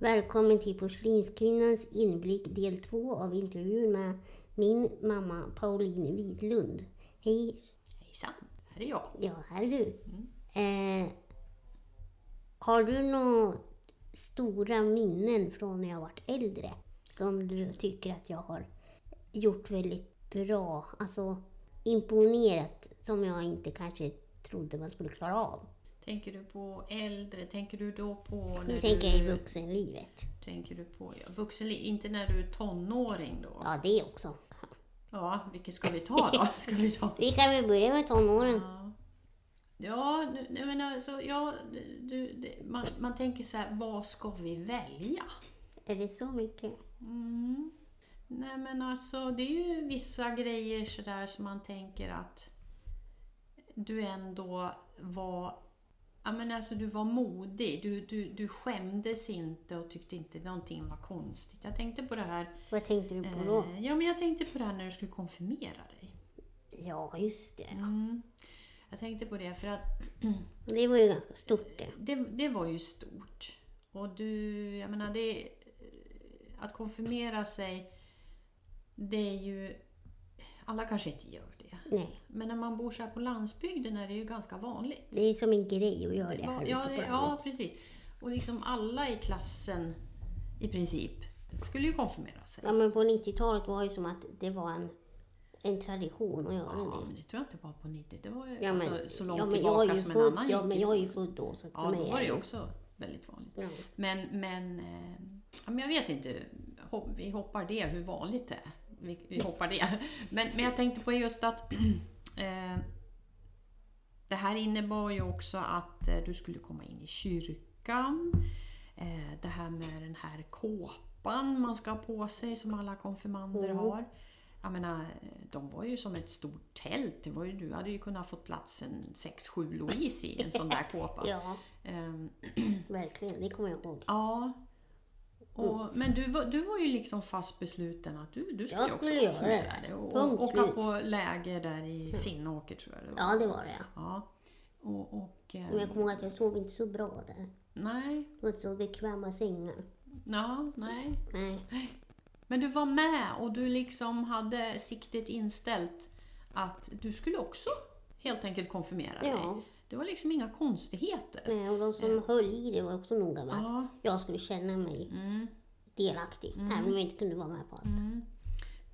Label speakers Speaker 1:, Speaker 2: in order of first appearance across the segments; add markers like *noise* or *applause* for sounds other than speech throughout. Speaker 1: Välkommen till Porslinskvinnans inblick del 2 av intervjun med min mamma Pauline Widlund. Hej!
Speaker 2: Hejsan, här är jag.
Speaker 1: Ja, här är du. Eh, har du några stora minnen från när jag varit äldre som du tycker att jag har gjort väldigt bra? Alltså imponerat som jag inte kanske trodde man skulle klara av.
Speaker 2: Tänker du på äldre? Tänker du då på... När
Speaker 1: Nu tänker jag i
Speaker 2: du,
Speaker 1: vuxenlivet.
Speaker 2: Tänker du på ja, vuxenliv? Inte när du är tonåring då? Ja.
Speaker 1: Ja, det också.
Speaker 2: vilket ska vi ta
Speaker 1: *laughs*
Speaker 2: då? Ska vi ta?
Speaker 1: Vi kan väl börja med tonåren.
Speaker 2: Ja, ja nu- nu, men alltså, ja, du- du, det, man, man tänker så här, vad ska vi välja?
Speaker 1: Är det så mycket?
Speaker 2: Mm. Nej men alltså det är ju vissa grejer sådär som man tänker att du ändå var Ja, men alltså, du var modig, du, du, du skämdes inte och tyckte inte någonting var konstigt. Jag tänkte på det här
Speaker 1: Vad tänkte du på då?
Speaker 2: eh, ja, men jag tänkte på det här när du skulle konfirmera dig.
Speaker 1: Ja, just det.
Speaker 2: Mm. Jag tänkte på det för att
Speaker 1: Det var ju ganska stort det.
Speaker 2: det, det var ju stort. Och du, jag menar det... Att konfirmera sig, det är ju... Alla kanske inte gör det.
Speaker 1: Nej,
Speaker 2: Men när man bor så här på landsbygden är det ju ganska vanligt.
Speaker 1: det är som en grej att göra det
Speaker 2: Ja,
Speaker 1: här
Speaker 2: ja,
Speaker 1: ute
Speaker 2: det,
Speaker 1: på landet.
Speaker 2: ja, precis. Och liksom alla i klassen, i princip, skulle ju konfirmera sig.
Speaker 1: Ja, men på 90-talet var det ju som att det var en, en tradition att göra
Speaker 2: Ja,
Speaker 1: det.
Speaker 2: men det tror jag inte bara på 90. Det var ju
Speaker 1: Ja, men,
Speaker 2: alltså, så långt
Speaker 1: ja, men jag är
Speaker 2: tillbaka
Speaker 1: ju
Speaker 2: som
Speaker 1: född-
Speaker 2: en annan
Speaker 1: Ja, men
Speaker 2: gick i
Speaker 1: jag är ju född då, så att
Speaker 2: Ja,
Speaker 1: för
Speaker 2: då
Speaker 1: mig
Speaker 2: var
Speaker 1: är
Speaker 2: det ju
Speaker 1: det-
Speaker 2: också väldigt vanligt.
Speaker 1: Ja.
Speaker 2: Men, men, eh, ja, men jag vet inte, Hopp- vi hoppar det, hur vanligt det är. Vi, vi hoppar det. Men, men jag tänkte på just att *clears throat* eh, det här innebar ju också att eh, du skulle komma in i kyrkan. Eh, det här med den här kåpan man ska ha på sig som alla konfirmander har. Jag menar, de var ju som ett stort tält. Det var ju, du hade ju kunnat få plats en 6-7 Louise i en sån där kåpa.
Speaker 1: *laughs* Ja,
Speaker 2: Ehm,
Speaker 1: verkligen. Det kommer jag ihåg.
Speaker 2: ja. Och, Men du var, du var ju liksom fast besluten att du, du skulle,
Speaker 1: Mm. Jag skulle göra
Speaker 2: också konfirmera
Speaker 1: det.
Speaker 2: dig. Och,
Speaker 1: Punkt
Speaker 2: och åka
Speaker 1: slut. Mm.
Speaker 2: på läger där i Finnåker tror jag det var.
Speaker 1: Ja, Mm. det var det. ja.
Speaker 2: Ja. Och, och, eh,
Speaker 1: Men jag kommer ihåg att jag sov inte så bra där.
Speaker 2: nej,
Speaker 1: Det var inte så bekväma sängar.
Speaker 2: ja, nej.
Speaker 1: Nej.
Speaker 2: Men du var med och du liksom hade siktet inställt att du skulle också helt enkelt konfirmera
Speaker 1: Ja. Mm.
Speaker 2: dig. Det var liksom inga konstigheter.
Speaker 1: Nej, och de som höll i det var också noga med att
Speaker 2: Eh. Ja.
Speaker 1: jag skulle känna mig
Speaker 2: Mm.
Speaker 1: delaktig, även om jag inte kunde vara med på allt.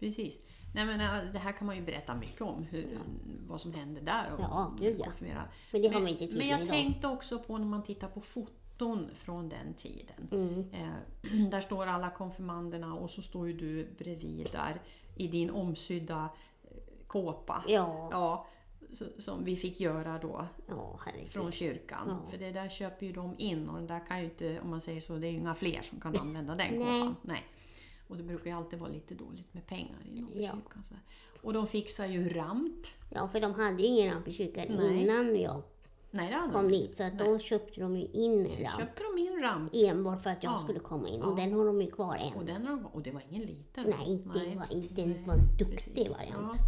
Speaker 2: Precis. Nej, men, äh, det här kan man ju berätta mycket om, hur, vad som hände där. Och
Speaker 1: Ja, gud, ja.
Speaker 2: konfirmera.
Speaker 1: Men det har man inte tid
Speaker 2: Men
Speaker 1: med
Speaker 2: jag
Speaker 1: idag.
Speaker 2: tänkte också på när man tittar på foton från den tiden.
Speaker 1: Mm.
Speaker 2: Eh, *clears throat* där står alla konfirmanderna och så står ju du bredvid där i din omsydda eh, kåpa.
Speaker 1: Ja.
Speaker 2: Ja, så, som vi fick göra då
Speaker 1: Ja, herregud.
Speaker 2: från kyrkan.
Speaker 1: Ja.
Speaker 2: För det där köper ju de in och den där kan ju inte, om man säger så, det är ju inga fler som kan använda den
Speaker 1: Nej.
Speaker 2: kåpan. Nej. Och det brukar ju alltid vara lite dåligt med pengar inom
Speaker 1: Ja.
Speaker 2: kyrkan. Så här. Och de fixar ju ramp.
Speaker 1: Ja, för de hade ju ingen ramp i kyrkan
Speaker 2: Nej.
Speaker 1: innan jag
Speaker 2: Nej, det hade
Speaker 1: kom
Speaker 2: de
Speaker 1: dit, så att då köpte de ju in en ramp
Speaker 2: köpte de in ramp.
Speaker 1: enbart för att jag
Speaker 2: Ja.
Speaker 1: skulle komma in.
Speaker 2: Ja.
Speaker 1: Och den har de ju kvar
Speaker 2: Och,
Speaker 1: än.
Speaker 2: den har de, och det var ingen liten ramp.
Speaker 1: Nej, inte det var inte det
Speaker 2: Nej,
Speaker 1: var en duktig
Speaker 2: precis.
Speaker 1: variant.
Speaker 2: Ja.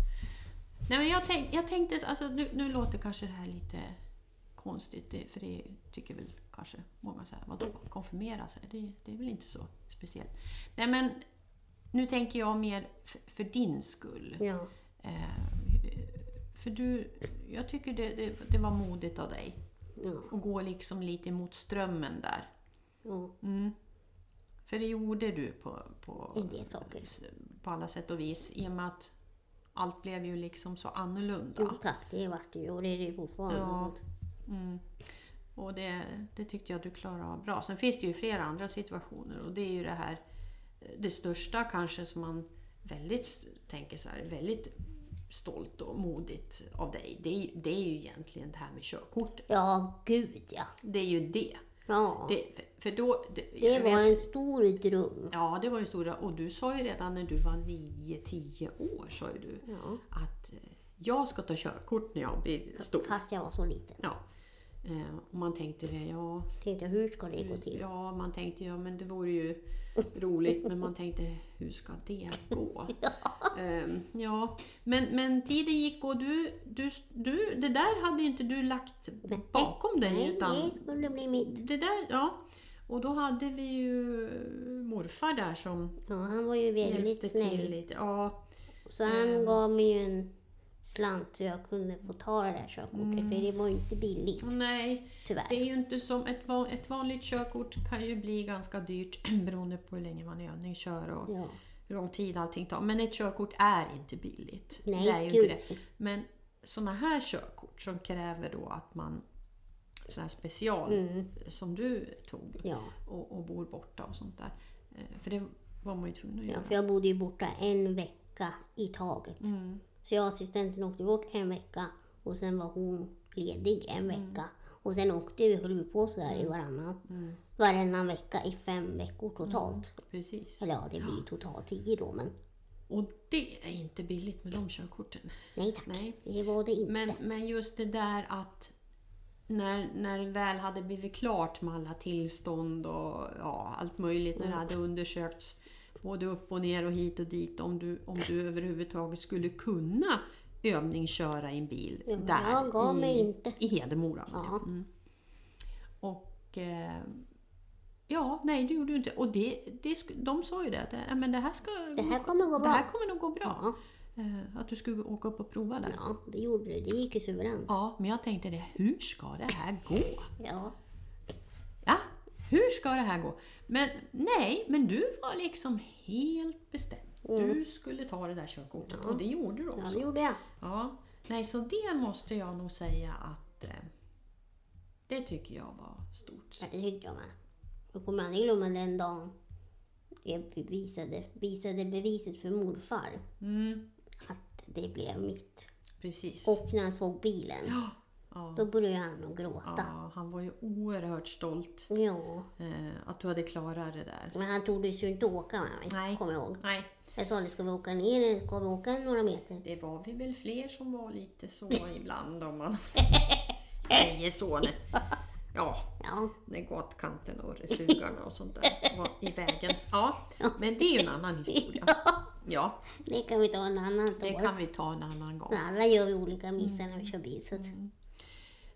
Speaker 2: Nej, men jag, tänk, jag tänkte, alltså, nu, nu låter kanske det här lite konstigt, det, för det tycker väl kanske många så här, vadå, konfirmera sig, det, det är väl inte så speciellt. Nej men, nu tänker jag mer för, för din skull.
Speaker 1: Ja.
Speaker 2: Eh, för du, jag tycker det, det, det var modigt av dig,
Speaker 1: Ja,
Speaker 2: att gå liksom lite mot strömmen där.
Speaker 1: ja,
Speaker 2: Mm. För det gjorde du på, på,
Speaker 1: en del saker.
Speaker 2: på alla sätt och vis i och med att allt blev ju liksom så annorlunda.
Speaker 1: Jo tack, det vart det ju och det är det ju fortfarande.
Speaker 2: Ja.
Speaker 1: och sånt.
Speaker 2: Mm. Och det, det tyckte jag att du klarade av bra. Sen finns det ju flera andra situationer och det är ju det här eh, det största kanske som man väldigt s- tänker så här, väldigt stolt och modigt av dig. Det, är- det är ju egentligen det här med körkortet.
Speaker 1: Ja, gud ja.
Speaker 2: Det är ju det.
Speaker 1: Ja, det,
Speaker 2: det för- för då, det, jag
Speaker 1: var
Speaker 2: vet-
Speaker 1: en stor dröm.
Speaker 2: Ja, det var ju stora. Och du sa ju redan när du var 9-10 år sa ju du
Speaker 1: Ja.
Speaker 2: att eh, jag ska ta körkort när jag blir stor.
Speaker 1: Fast jag var så liten.
Speaker 2: Ja. Eh, Och man tänkte det, ja,
Speaker 1: Tänkte hur ska det
Speaker 2: Mm.
Speaker 1: gå till?
Speaker 2: ja, man tänkte ja, men det vore ju roligt, men man tänkte hur ska det
Speaker 1: *laughs*
Speaker 2: gå? Ehm, ja, men, men tiden gick och du, du, du, det där hade inte du lagt bakom dig
Speaker 1: Nej,
Speaker 2: utan
Speaker 1: det skulle bli mitt.
Speaker 2: det där, ja. Och då hade vi ju morfar där som
Speaker 1: Ja, han var ju väldigt
Speaker 2: hjälpte till
Speaker 1: snäll.
Speaker 2: lite. Ja,
Speaker 1: Så han gav mig ju en slant så jag kunde få ta det där körkortet, för
Speaker 2: Mm.
Speaker 1: det var ju inte billigt
Speaker 2: och nej, det
Speaker 1: tyvärr.
Speaker 2: är ju inte som ett, van, ett vanligt körkort kan ju bli ganska dyrt *clears throat* beroende på hur länge man i övning kör och
Speaker 1: Ja.
Speaker 2: hur lång tid allting tar. Men ett körkort är inte billigt.
Speaker 1: Nej,
Speaker 2: det är ju
Speaker 1: gud.
Speaker 2: inte det. Men sådana här körkort som kräver då att man sådana här special
Speaker 1: Mm,
Speaker 2: som du tog
Speaker 1: ja.
Speaker 2: och, och bor borta och sånt där. Eh, För det var man ju tvungen att
Speaker 1: ja,
Speaker 2: göra.
Speaker 1: för jag bodde ju borta en vecka i taget.
Speaker 2: Mm.
Speaker 1: Så jag och assistenten åkte bort en vecka och sen var hon ledig en vecka. Och sen åkte vi, höll vi på sådär i varannan,
Speaker 2: Mm.
Speaker 1: varannan vecka i fem veckor totalt.
Speaker 2: Precis.
Speaker 1: Eller ja, det blir ju totalt tio då, men
Speaker 2: Och det är inte billigt med de körkorten.
Speaker 1: nej tack.
Speaker 2: Nej.
Speaker 1: Det var det inte.
Speaker 2: Men, men just det där att när, när det väl hade blivit klart med alla tillstånd och ja, allt möjligt, när det hade undersökts både upp och ner och hit och dit om du, om du överhuvudtaget skulle kunna övningsköra i en bil
Speaker 1: Ja,
Speaker 2: där
Speaker 1: jag gav
Speaker 2: i,
Speaker 1: mig inte.
Speaker 2: i Hedemora. menar jag.
Speaker 1: Ja.
Speaker 2: Mm. Och eh, ja, nej det gjorde du inte. Och det, det, sk- de sa ju det, att "Ja, men det här, ska,
Speaker 1: Det här kommer gå
Speaker 2: det
Speaker 1: bra.
Speaker 2: här kommer nog gå bra.
Speaker 1: Ja,
Speaker 2: Eh, Att du skulle åka upp och prova där.
Speaker 1: ja, det gjorde det. Det gick ju suveränt.
Speaker 2: Ja, men jag tänkte det, hur ska det här gå?
Speaker 1: Ja.
Speaker 2: Ja, hur ska det här gå? Men nej, men du var liksom helt bestämd. Du skulle ta det där körkortet och det gjorde du
Speaker 1: ja, det
Speaker 2: också.
Speaker 1: gjorde jag.
Speaker 2: Ja. Nej, så det måste jag nog säga att eh, det tycker jag var stort.
Speaker 1: Ja, Det tyckte jag med. Jag kommer aldrig glömma den dagen jag visade, visade beviset för morfar
Speaker 2: Mm,
Speaker 1: att det blev mitt.
Speaker 2: precis.
Speaker 1: Och när han såg bilen,
Speaker 2: Ja, ja,
Speaker 1: då började han att gråta.
Speaker 2: ja, han var ju oerhört stolt
Speaker 1: Ja.
Speaker 2: eh, att du hade klarat det där.
Speaker 1: Men han trodde ju inte åka med mig,
Speaker 2: Nej.
Speaker 1: kommer jag ihåg.
Speaker 2: Nej,
Speaker 1: Jag sa, ska vi åka ner? Ska vi åka några meter?
Speaker 2: Det var vi väl fler som var lite så ibland om man säger så. när- Ja,
Speaker 1: Ja,
Speaker 2: när gatkanten och refugarna och sånt där var i vägen. Ja, men det är ju en annan historia. Ja,
Speaker 1: det kan vi ta en annan
Speaker 2: det
Speaker 1: år.
Speaker 2: kan vi ta en annan gång.
Speaker 1: Men Alla gör vi olika missar när vi kör bil. Så att,
Speaker 2: Mm.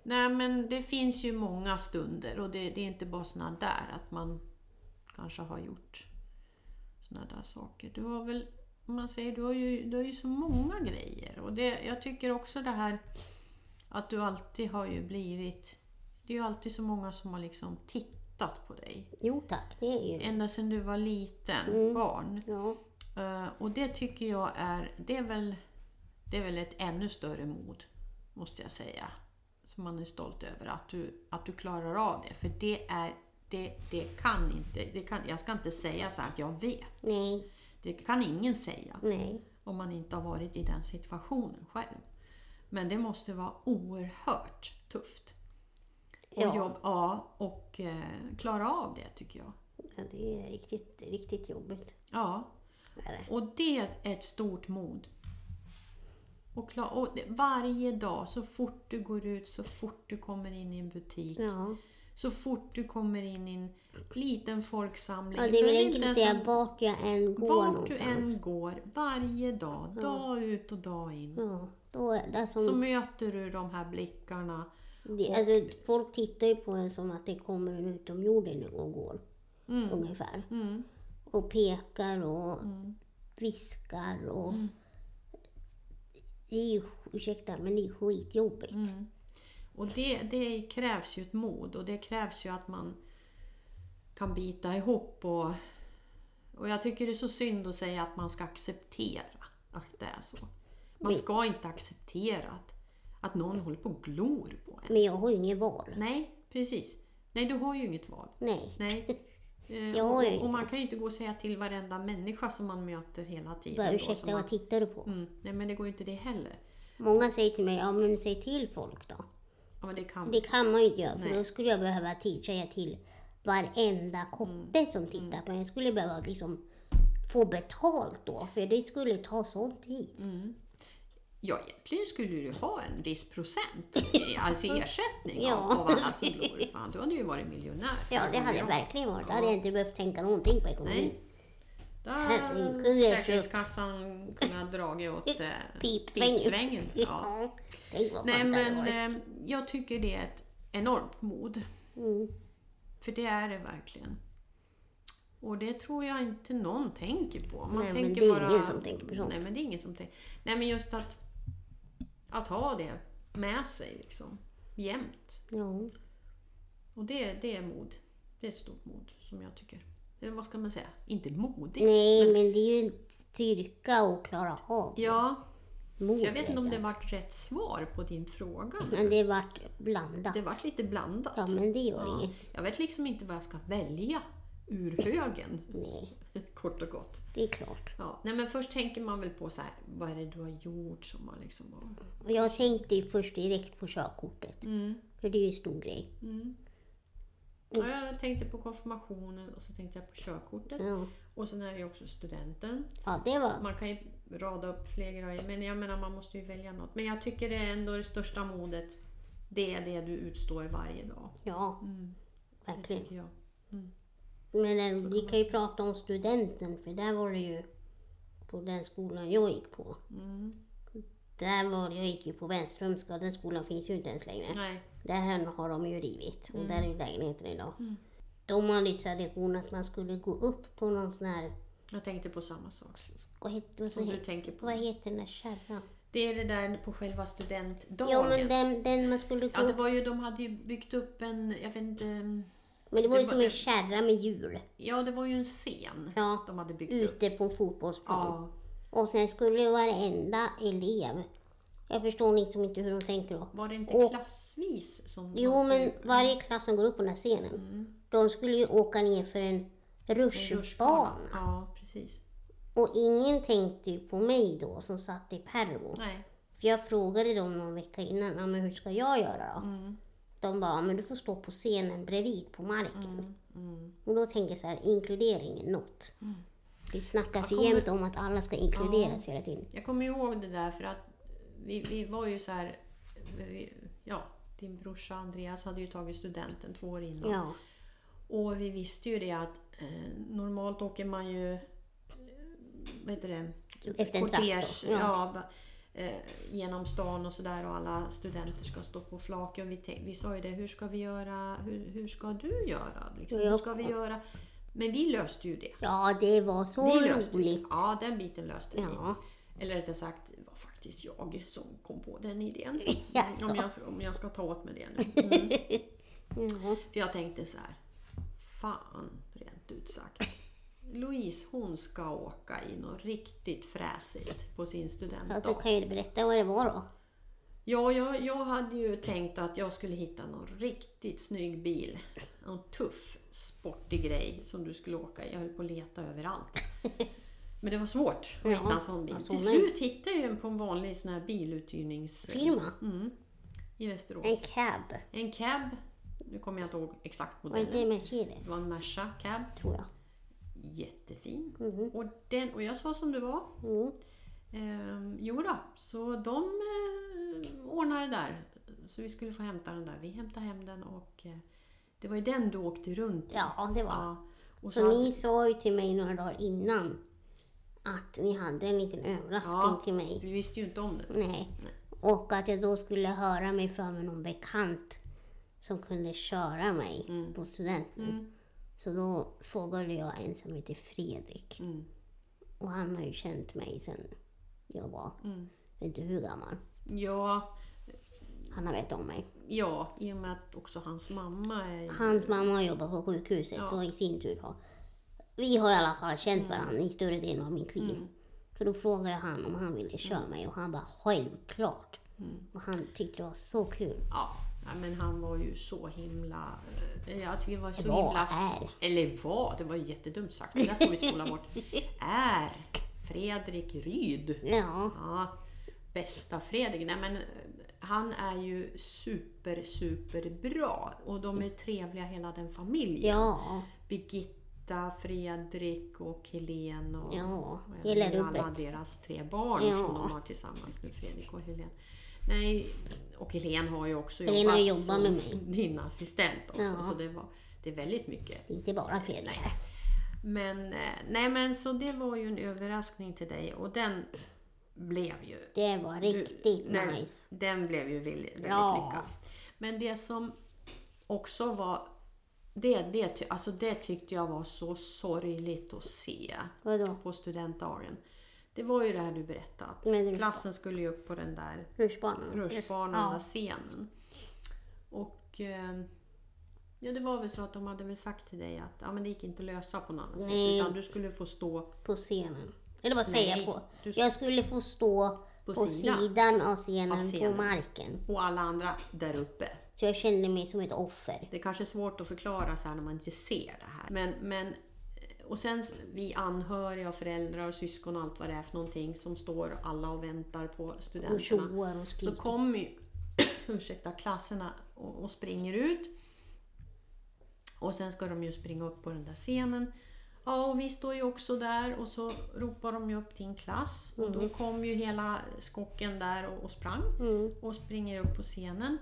Speaker 2: Nej men det finns ju många stunder och det, det är inte bara såna där att man kanske har gjort såna där saker. Du har väl, om man säger, du har ju, du har ju så många grejer och det, jag tycker också det här att du alltid har ju blivit, det är ju alltid så många som har liksom tittat på dig.
Speaker 1: jo tack, det är ju...
Speaker 2: Ända sedan du var liten,
Speaker 1: Mm.
Speaker 2: barn.
Speaker 1: Ja,
Speaker 2: Eh, och det tycker jag är, det är väl, det är väl ett ännu större mod, måste jag säga. Som man är stolt över, att du, att du klarar av det. För det är, det, det kan inte, det kan, jag ska inte säga så här att jag vet.
Speaker 1: nej,
Speaker 2: Det kan ingen säga
Speaker 1: nej.
Speaker 2: om man inte har varit i den situationen själv. Men det måste vara oerhört tufft. Och
Speaker 1: Ja.
Speaker 2: jobb, ja, och eh, klara av det tycker jag.
Speaker 1: Ja, det är riktigt, riktigt jobbigt.
Speaker 2: Ja,
Speaker 1: Är det.
Speaker 2: Och det är ett stort mod. Och, klar, och det- varje dag, så fort du går ut, så fort du kommer in i en butik,
Speaker 1: Ja.
Speaker 2: så fort du kommer in i en liten folksamling.
Speaker 1: ja, det är
Speaker 2: behöver
Speaker 1: väl
Speaker 2: inte
Speaker 1: enkelt att
Speaker 2: ens
Speaker 1: säga
Speaker 2: en-
Speaker 1: vart jag än går
Speaker 2: Vart du
Speaker 1: någonstans. Mm.
Speaker 2: än går, varje dag, dag ut och dag in,
Speaker 1: Ja, då är det som,
Speaker 2: så möter du de här blickarna.
Speaker 1: det, alltså, folk tittar ju på en som att det kommer en utomjording nu och går,
Speaker 2: Mm,
Speaker 1: ungefär.
Speaker 2: mm,
Speaker 1: Och pekar och
Speaker 2: mm.
Speaker 1: viskar och... Det är ju, ursäkta, men det är skitjobbigt.
Speaker 2: Mm. Och det, det krävs ju ett mod och det krävs ju att man kan bita ihop och, och jag tycker det är så synd att säga att man ska acceptera att det är så. Man
Speaker 1: Men-
Speaker 2: ska inte acceptera att, att någon håller på och glor på en.
Speaker 1: Men jag har ju inget val.
Speaker 2: Nej, precis. Nej, du har ju inget val.
Speaker 1: Nej, *laughs*
Speaker 2: Nej. Eh,
Speaker 1: Jag har ju
Speaker 2: och, och man
Speaker 1: inte.
Speaker 2: kan ju inte gå och säga till varenda människa som man möter hela tiden.
Speaker 1: bara
Speaker 2: då,
Speaker 1: ursäkta,
Speaker 2: som man,
Speaker 1: vad tittar du på?
Speaker 2: mm, nej, men det går ju inte det heller.
Speaker 1: Många säger till mig, ja men säg till folk då.
Speaker 2: Ja, men det kan
Speaker 1: Det kan man ju inte göra, för
Speaker 2: Nej.
Speaker 1: då skulle jag behöva ti- säga till varenda kotte
Speaker 2: Mm.
Speaker 1: som tittar på mig. Jag skulle behöva liksom få betalt då, för det skulle ta sån tid.
Speaker 2: Mm. Ja, egentligen skulle du ju ha en viss procent
Speaker 1: *laughs*
Speaker 2: i alltså ersättning
Speaker 1: Ja.
Speaker 2: av, av alla som glor. Fan, du hade ju varit miljonär.
Speaker 1: Ja, det hade jag verkligen varit. Då hade jag inte behövt tänka någonting på ekonomi. *laughs*
Speaker 2: Nej. Där hade
Speaker 1: Herregud, jag
Speaker 2: Försäkringskassan kunnat dra åt eh,
Speaker 1: Pipsvängen.
Speaker 2: pipsvängen. Ja.
Speaker 1: Ja, tänk vad
Speaker 2: Nej,
Speaker 1: skönt det hade
Speaker 2: men
Speaker 1: varit.
Speaker 2: eh, jag tycker det är ett enormt mod.
Speaker 1: Mm.
Speaker 2: För det är det verkligen. Och det tror jag inte någon tänker på. Man
Speaker 1: Nej, men
Speaker 2: tänker
Speaker 1: det är
Speaker 2: bara,
Speaker 1: ingen som tänker på sånt.
Speaker 2: Nej, men det är ingen som tänker. Nej, men just att, att ha det med sig liksom, jämt.
Speaker 1: Ja.
Speaker 2: Och det, det är mod. Det är ett stort mod som jag tycker. Eller vad ska man säga? Inte modigt.
Speaker 1: Nej,
Speaker 2: men-
Speaker 1: men det är ju en styrka att klara av.
Speaker 2: Ja,
Speaker 1: Mod,
Speaker 2: så jag vet inte om
Speaker 1: vet
Speaker 2: det
Speaker 1: jag.
Speaker 2: vart rätt svar på din fråga.
Speaker 1: Men det vart blandat.
Speaker 2: Det vart lite blandat.
Speaker 1: Ja, men det gör
Speaker 2: Ja,
Speaker 1: inget.
Speaker 2: jag vet liksom inte vad jag ska välja ur högen, *laughs*
Speaker 1: Nej,
Speaker 2: kort och gott.
Speaker 1: det är klart.
Speaker 2: Ja, nej men först tänker man väl på så här, vad är det du har gjort som har liksom... varit-
Speaker 1: Och jag tänkte ju först direkt på körkortet. För det är ju en stor grej.
Speaker 2: Ja, jag tänkte på konfirmationen och så tänkte jag på körkortet.
Speaker 1: Ja,
Speaker 2: Och sen är det ju också studenten.
Speaker 1: ja det var...
Speaker 2: Man kan ju rada upp fler grejer, men jag menar man måste ju välja något. Men jag tycker det är ändå det största modet, det är det du utstår varje dag.
Speaker 1: Ja,
Speaker 2: Det
Speaker 1: verkligen.
Speaker 2: tycker jag.
Speaker 1: Men eh, vi kan ju prata om studenten, för där var det ju på den skolan jag gick på.
Speaker 2: Mm.
Speaker 1: Där var, jag gick ju på Wenströmska, den skolan finns ju inte ens längre.
Speaker 2: Nej,
Speaker 1: Där har de ju rivit och där är ju lägenheter idag. De hade ju tradition att man skulle gå upp på någon sån här...
Speaker 2: jag tänkte på samma sak
Speaker 1: s- Vad heter, vad,
Speaker 2: som du
Speaker 1: heter,
Speaker 2: tänker på.
Speaker 1: vad heter den där kärran?
Speaker 2: Det är det där på själva studentdagen.
Speaker 1: Ja men den, den man skulle gå
Speaker 2: Ja, det
Speaker 1: upp...
Speaker 2: var ju, de hade ju byggt upp en, jag vet inte,
Speaker 1: Men det var ju
Speaker 2: det
Speaker 1: som
Speaker 2: var-
Speaker 1: en kärra med hjul.
Speaker 2: ja det var ju en scen
Speaker 1: Ja.
Speaker 2: de hade byggt upp.
Speaker 1: Ute på en fotbollsplan.
Speaker 2: Ja.
Speaker 1: Och sen skulle varenda elev... Jag förstår liksom inte hur de tänker då.
Speaker 2: Var det inte
Speaker 1: Och-
Speaker 2: klassvis som
Speaker 1: Jo
Speaker 2: man skulle-
Speaker 1: men varje klass som går upp på den här scenen, de skulle ju åka ner för en
Speaker 2: Mm. en rutschbana.
Speaker 1: rutschbana.
Speaker 2: Ja, precis.
Speaker 1: Och ingen tänkte ju på mig då som satt i pervo.
Speaker 2: Nej.
Speaker 1: För jag frågade dem någon vecka innan, ja, men hur ska jag göra då?
Speaker 2: Mm.
Speaker 1: De bara, "Ja, men du får stå på scenen bredvid på marken.
Speaker 2: Mm,
Speaker 1: Och då tänker jag så här, inkludering är något. Det snackas ju
Speaker 2: Jag kommer-
Speaker 1: jämt om att alla ska inkluderas hela tiden.
Speaker 2: Jag kommer ihåg det där för att vi, vi var ju så här, vi, ja, din brorsa Andreas hade ju tagit studenten två år innan.
Speaker 1: Ja,
Speaker 2: Och vi visste ju det att eh, normalt åker man ju, eh, vad heter det,
Speaker 1: efter en
Speaker 2: kortege
Speaker 1: traktor. Ja.
Speaker 2: ja. ba- eh, genom stan och sådär och alla studenter ska stå på flak. Och vi, tän- vi sa ju det, hur ska vi göra, hur, hur ska du göra? Liksom, hur
Speaker 1: Ja.
Speaker 2: ska vi göra? Men vi löste ju det.
Speaker 1: ja, det var så
Speaker 2: Vi löste ju det.
Speaker 1: roligt.
Speaker 2: Ja, den biten löste vi.
Speaker 1: Ja.
Speaker 2: Eller rättare sagt, det var faktiskt jag som kom på den idén.
Speaker 1: *laughs* Jaså.
Speaker 2: Om, jag, om jag ska ta åt mig det nu. Mm.
Speaker 1: Ja.
Speaker 2: För jag tänkte så här, fan rent
Speaker 1: *laughs*
Speaker 2: ut sagt. Louise hon ska åka i något riktigt fräsigt på sin
Speaker 1: Alltså,
Speaker 2: studentdag.
Speaker 1: kan ju du berätta vad det var då?
Speaker 2: Ja, jag, jag hade ju tänkt att jag skulle hitta någon riktigt snygg bil. En tuff, sportig grej som du skulle åka i. Jag höll på att leta
Speaker 1: *laughs*
Speaker 2: överallt. Men det var svårt
Speaker 1: Ja,
Speaker 2: att hitta en sån bil.
Speaker 1: alltså,
Speaker 2: Till
Speaker 1: men-
Speaker 2: slut hittade jag en på en vanlig sån här biluthyrnings...
Speaker 1: Firma?
Speaker 2: Mm, I Västerås.
Speaker 1: En cab?
Speaker 2: En cab. Nu kommer jag inte ihåg exakt
Speaker 1: Var inte det
Speaker 2: modellen.
Speaker 1: Mercedes?
Speaker 2: Det var en Merca cab.
Speaker 1: Tror jag.
Speaker 2: Jättefin.
Speaker 1: Mhm.
Speaker 2: Och, den, och jag sa som det var.
Speaker 1: Mm.
Speaker 2: Ehm, jo då, så de eh, ordnade det där. Så vi skulle få hämta den där. Vi hämtade hem den och eh, det var ju den du åkte runt i.
Speaker 1: Ja, det var det.
Speaker 2: Ja. Och
Speaker 1: Så
Speaker 2: så hade-
Speaker 1: ni sa ju till mig några dagar innan att ni hade en liten överraskning
Speaker 2: Ja.
Speaker 1: till mig.
Speaker 2: Vi visste ju inte om det.
Speaker 1: Nej. Och att jag då skulle höra mig för med någon bekant som kunde köra mig
Speaker 2: Mm.
Speaker 1: på studenten. Så då frågade jag en som heter Fredrik.
Speaker 2: Mm.
Speaker 1: Och han har ju känt mig sedan jag var,
Speaker 2: Mm.
Speaker 1: vet inte hur gammal.
Speaker 2: Ja,
Speaker 1: Han har vetat om mig.
Speaker 2: ja, i och med att också hans mamma är...
Speaker 1: Hans mamma har jobbat på sjukhuset
Speaker 2: Mm. Ja. Mm.
Speaker 1: så i sin tur har... Vi har i alla fall känt varandra i större delen av mitt liv. Så då frågade jag han om han ville köra
Speaker 2: Mm.
Speaker 1: mig och han bara självklart. Och han tyckte det var så kul.
Speaker 2: Ja, nej, men han var ju så himla... eh, Jag tycker det var så
Speaker 1: Vad
Speaker 2: himla...
Speaker 1: är?
Speaker 2: Eller vad? Det var ju jättedumt sagt. Det där får vi spola
Speaker 1: *laughs*
Speaker 2: bort. Är Fredrik Ryd.
Speaker 1: Ja,
Speaker 2: Ja, bästa Fredrik. Nej, men eh, han är ju super, super bra och de är trevliga hela den familjen.
Speaker 1: ja,
Speaker 2: Birgitta, Fredrik och Helen och,
Speaker 1: ja.
Speaker 2: och även
Speaker 1: Hela
Speaker 2: alla
Speaker 1: rubbet.
Speaker 2: deras tre barn
Speaker 1: Ja.
Speaker 2: som de har tillsammans nu, Fredrik och Helen. Nej, och Helen har ju också
Speaker 1: Helen
Speaker 2: jobbat,
Speaker 1: har jobbat
Speaker 2: som
Speaker 1: med mig.
Speaker 2: din assistent också,
Speaker 1: Ja.
Speaker 2: så det, var, det är väldigt mycket.
Speaker 1: Det är inte bara Fredrik här.
Speaker 2: Men, eh, nej men så det var ju en överraskning till dig och den blev ju
Speaker 1: Det var riktigt
Speaker 2: den,
Speaker 1: nice.
Speaker 2: Den blev ju väldigt, väldigt
Speaker 1: Ja.
Speaker 2: lyckad. Men det som också var det, det, ty- alltså det tyckte jag var så sorgligt att se
Speaker 1: Vadå?
Speaker 2: på studentdagen. Det var ju det här du berättade, att
Speaker 1: Med rutschbanan.
Speaker 2: klassen skulle ju upp på den där
Speaker 1: Rutschbanan?
Speaker 2: rutschbanan,
Speaker 1: Ja.
Speaker 2: den där scenen. Och eh, ja, det var väl så att de hade väl sagt till dig att ja, men det gick inte att lösa på något annat sätt.
Speaker 1: Nej.
Speaker 2: Utan du skulle få stå
Speaker 1: På scenen. Eller vad säger
Speaker 2: Nej,
Speaker 1: jag på?
Speaker 2: du-
Speaker 1: Jag skulle få stå på,
Speaker 2: På
Speaker 1: sidan.
Speaker 2: sidan.
Speaker 1: av scenen,
Speaker 2: Av scenen.
Speaker 1: på marken.
Speaker 2: och alla andra där uppe.
Speaker 1: Så jag kände mig som ett offer.
Speaker 2: Det är kanske är svårt att förklara så här när man inte ser det här. Men, men, och sen vi anhöriga och föräldrar och syskon och allt vad det är för någonting som står alla och väntar på
Speaker 1: Och
Speaker 2: studenterna.
Speaker 1: tjoar och
Speaker 2: Så
Speaker 1: skriker.
Speaker 2: kommer ju *clears throat* ursäkta, klasserna och, och springer ut. Och sen ska de ju springa upp på den där scenen. Ja, och vi står ju också där och så ropar de ju upp till en klass. Och då kom ju hela skocken där och, och sprang.
Speaker 1: Mm,
Speaker 2: Och springer upp på scenen.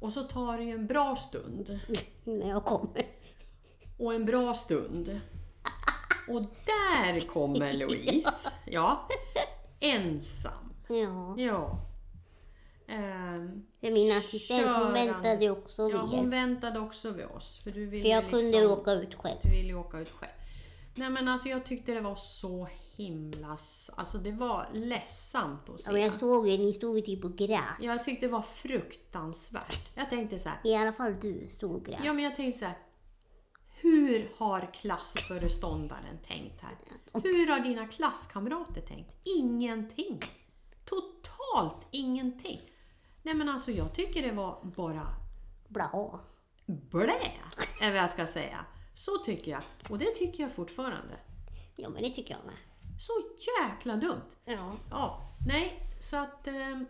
Speaker 2: Och så tar det ju en bra stund
Speaker 1: när jag kommer. *laughs*
Speaker 2: och en bra stund. Och där kommer Louise. Ja. Ensam.
Speaker 1: Ja.
Speaker 2: Ja. Ehm,
Speaker 1: För min assistent hon
Speaker 2: Köran.
Speaker 1: väntade ju också vid
Speaker 2: ja,
Speaker 1: er.
Speaker 2: hon väntade också vid oss. För, du ville
Speaker 1: För jag
Speaker 2: ju
Speaker 1: kunde
Speaker 2: liksom,
Speaker 1: åka ut själv.
Speaker 2: Du ville ju åka ut själv. Nej men alltså jag tyckte det var så himla... s- Alltså det var ledsamt att se.
Speaker 1: Ja, men jag såg er, ni stod ju typ och grät.
Speaker 2: Jag tyckte det var fruktansvärt. Jag tänkte så här.
Speaker 1: I alla fall du stod och grät.
Speaker 2: Ja men jag tänkte så här. Hur har klassföreståndaren tänkt här? Hur har dina klasskamrater tänkt? Ingenting! Totalt ingenting! Nej men alltså jag tycker det var bara
Speaker 1: Bra.
Speaker 2: blä, är vad jag ska säga. Så tycker jag. Och det tycker jag fortfarande.
Speaker 1: Ja, men det tycker jag med.
Speaker 2: Så jäkla dumt!
Speaker 1: Ja.
Speaker 2: Ja, nej, så att... ehm,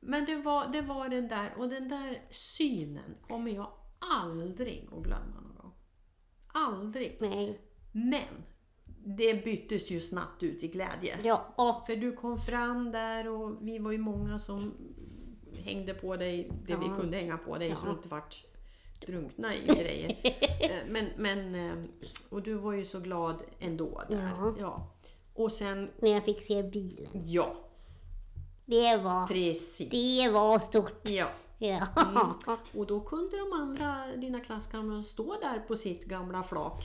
Speaker 2: Men det var, det var den där, och den där synen kommer jag aldrig att glömma någon gång. Aldrig.
Speaker 1: Nej.
Speaker 2: Men det byttes ju snabbt ut i glädje.
Speaker 1: Ja. ja.
Speaker 2: För du kom fram där och vi var ju många som hängde på dig det
Speaker 1: Ja.
Speaker 2: vi kunde hänga på dig så
Speaker 1: Ja.
Speaker 2: du inte vart drunkna
Speaker 1: *laughs*
Speaker 2: i grejer. Eh, men, men, ehm, och du var ju så glad ändå där.
Speaker 1: Ja.
Speaker 2: Ja. Och sen,
Speaker 1: När jag fick se bilen.
Speaker 2: ja,
Speaker 1: Det var,
Speaker 2: precis.
Speaker 1: det var stort.
Speaker 2: Ja.
Speaker 1: Ja.
Speaker 2: Mm. Och då kunde de andra, dina klasskamrater, stå där på sitt gamla flak.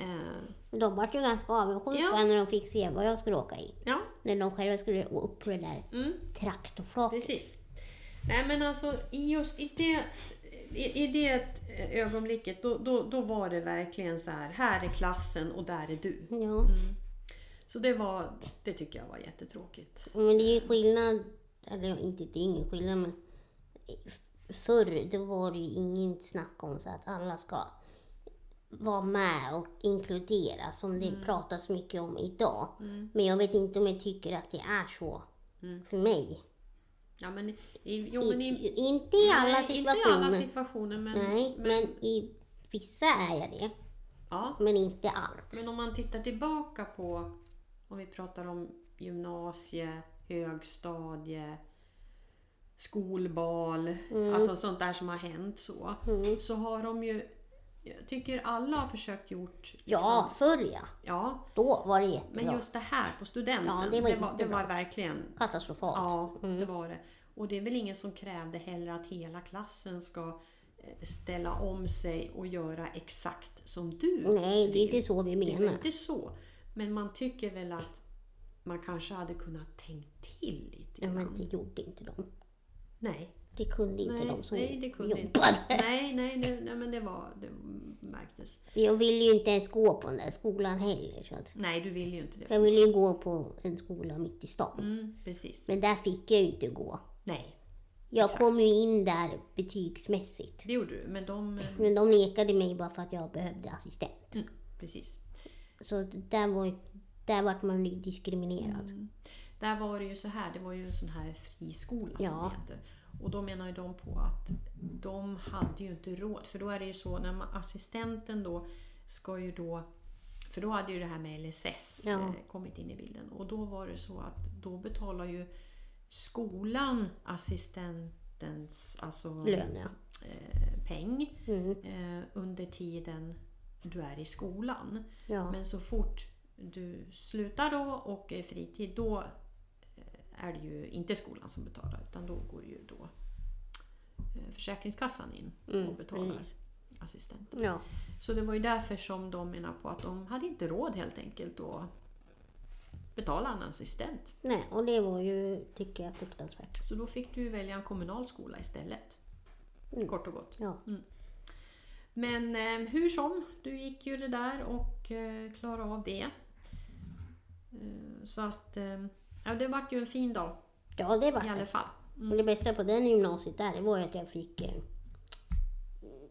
Speaker 2: Eh,
Speaker 1: De var ju ganska avundsjuka
Speaker 2: Ja.
Speaker 1: när de fick se vad jag skulle åka i.
Speaker 2: ja,
Speaker 1: När de själva skulle gå upp på det där
Speaker 2: mm,
Speaker 1: traktorflaket.
Speaker 2: precis. Nej men alltså i just i det, i, i det eh, ögonblicket då, då, då var det verkligen så här, här är klassen och där är du.
Speaker 1: Ja.
Speaker 2: Mm. Så det var, det tycker jag var jättetråkigt.
Speaker 1: Men det är ju skillnad, eller inte, det är ingen skillnad men förr då var det ju inget snack om så att alla ska vara med och inkludera som det
Speaker 2: Mm.
Speaker 1: pratas mycket om idag. Men jag vet inte om jag tycker att det är så för mig.
Speaker 2: Mm. Ja men, i, jo, men i,
Speaker 1: I, inte i alla
Speaker 2: nej, inte i
Speaker 1: situationer.
Speaker 2: alla situationer men,
Speaker 1: Nej, men, i vissa är jag det.
Speaker 2: ja.
Speaker 1: Men inte allt.
Speaker 2: Men om man tittar tillbaka på, om vi pratar om gymnasie, högstadie, skolbal,
Speaker 1: Mm.
Speaker 2: alltså sånt där som har hänt så. Så har de ju, jag tycker alla har försökt gjort,
Speaker 1: Ja,
Speaker 2: liksom,
Speaker 1: förr ja.
Speaker 2: ja,
Speaker 1: Då var det
Speaker 2: men
Speaker 1: jättebra.
Speaker 2: just det här på studenten,
Speaker 1: Ja,
Speaker 2: det,
Speaker 1: det var
Speaker 2: var, det, var,
Speaker 1: jättebra. Mm.
Speaker 2: verkligen,
Speaker 1: Katastrofalt.
Speaker 2: ja det var det. Och det är väl ingen som krävde heller att hela klassen ska eh, ställa om sig och göra exakt som du
Speaker 1: Nej, det är inte så vi
Speaker 2: det är
Speaker 1: menar.
Speaker 2: inte så. Men man tycker väl att man kanske hade kunnat tänkt till lite
Speaker 1: Ja,
Speaker 2: grann.
Speaker 1: men det gjorde inte de.
Speaker 2: Nej,
Speaker 1: Det kunde inte
Speaker 2: nej,
Speaker 1: de som
Speaker 2: nej, det kunde inte.
Speaker 1: jobbade.
Speaker 2: Nej, nej, nej, nej, men det var, det märktes.
Speaker 1: *laughs* Jag ville ju inte ens gå på den där skolan heller. Så att
Speaker 2: Nej, du vill ju inte det.
Speaker 1: jag ville ju gå på en skola mitt i stan.
Speaker 2: Mm, precis.
Speaker 1: Men där fick jag ju inte gå.
Speaker 2: Nej,
Speaker 1: Jag kom ju in där betygsmässigt.
Speaker 2: det gjorde du. Men de... eh,
Speaker 1: Men de nekade mig bara för att jag behövde assistent.
Speaker 2: Mm, precis.
Speaker 1: Så där, var, där vart man ju diskriminerad.
Speaker 2: Mm. Där var det ju så här, det var ju en sån här friskola
Speaker 1: Ja.
Speaker 2: som det heter. Och då menar ju de på att de hade ju inte råd. För då är det ju så när man, assistenten då ska ju då... För då hade ju det här med LSS
Speaker 1: Ja.
Speaker 2: eh, kommit in i bilden. Och då var det så att då betalar ju skolan assistentens alltså,
Speaker 1: Lön ja.
Speaker 2: eh, peng
Speaker 1: Mm,
Speaker 2: eh, under tiden du är i skolan.
Speaker 1: ja.
Speaker 2: Men så fort du slutar då och är fritid då eh, är det ju inte skolan som betalar utan då går ju då eh, Försäkringskassan in
Speaker 1: Mm,
Speaker 2: och betalar
Speaker 1: precis.
Speaker 2: assistenter.
Speaker 1: Ja.
Speaker 2: Så det var ju därför som de menade på att de hade inte råd helt enkelt att betala en assistent.
Speaker 1: Nej, och det var ju, tycker jag, fruktansvärt.
Speaker 2: Så då fick du ju välja en kommunal skola istället.
Speaker 1: Mm.
Speaker 2: Kort och gott.
Speaker 1: Ja.
Speaker 2: Men eh, hur som, du gick ju det där och eh, klarade av det. Eh, så att eh, ja, det vart ju en fin dag
Speaker 1: ja, det var
Speaker 2: i alla
Speaker 1: det.
Speaker 2: fall.
Speaker 1: Och det bästa på den gymnasiet där, det var ju att jag fick eh,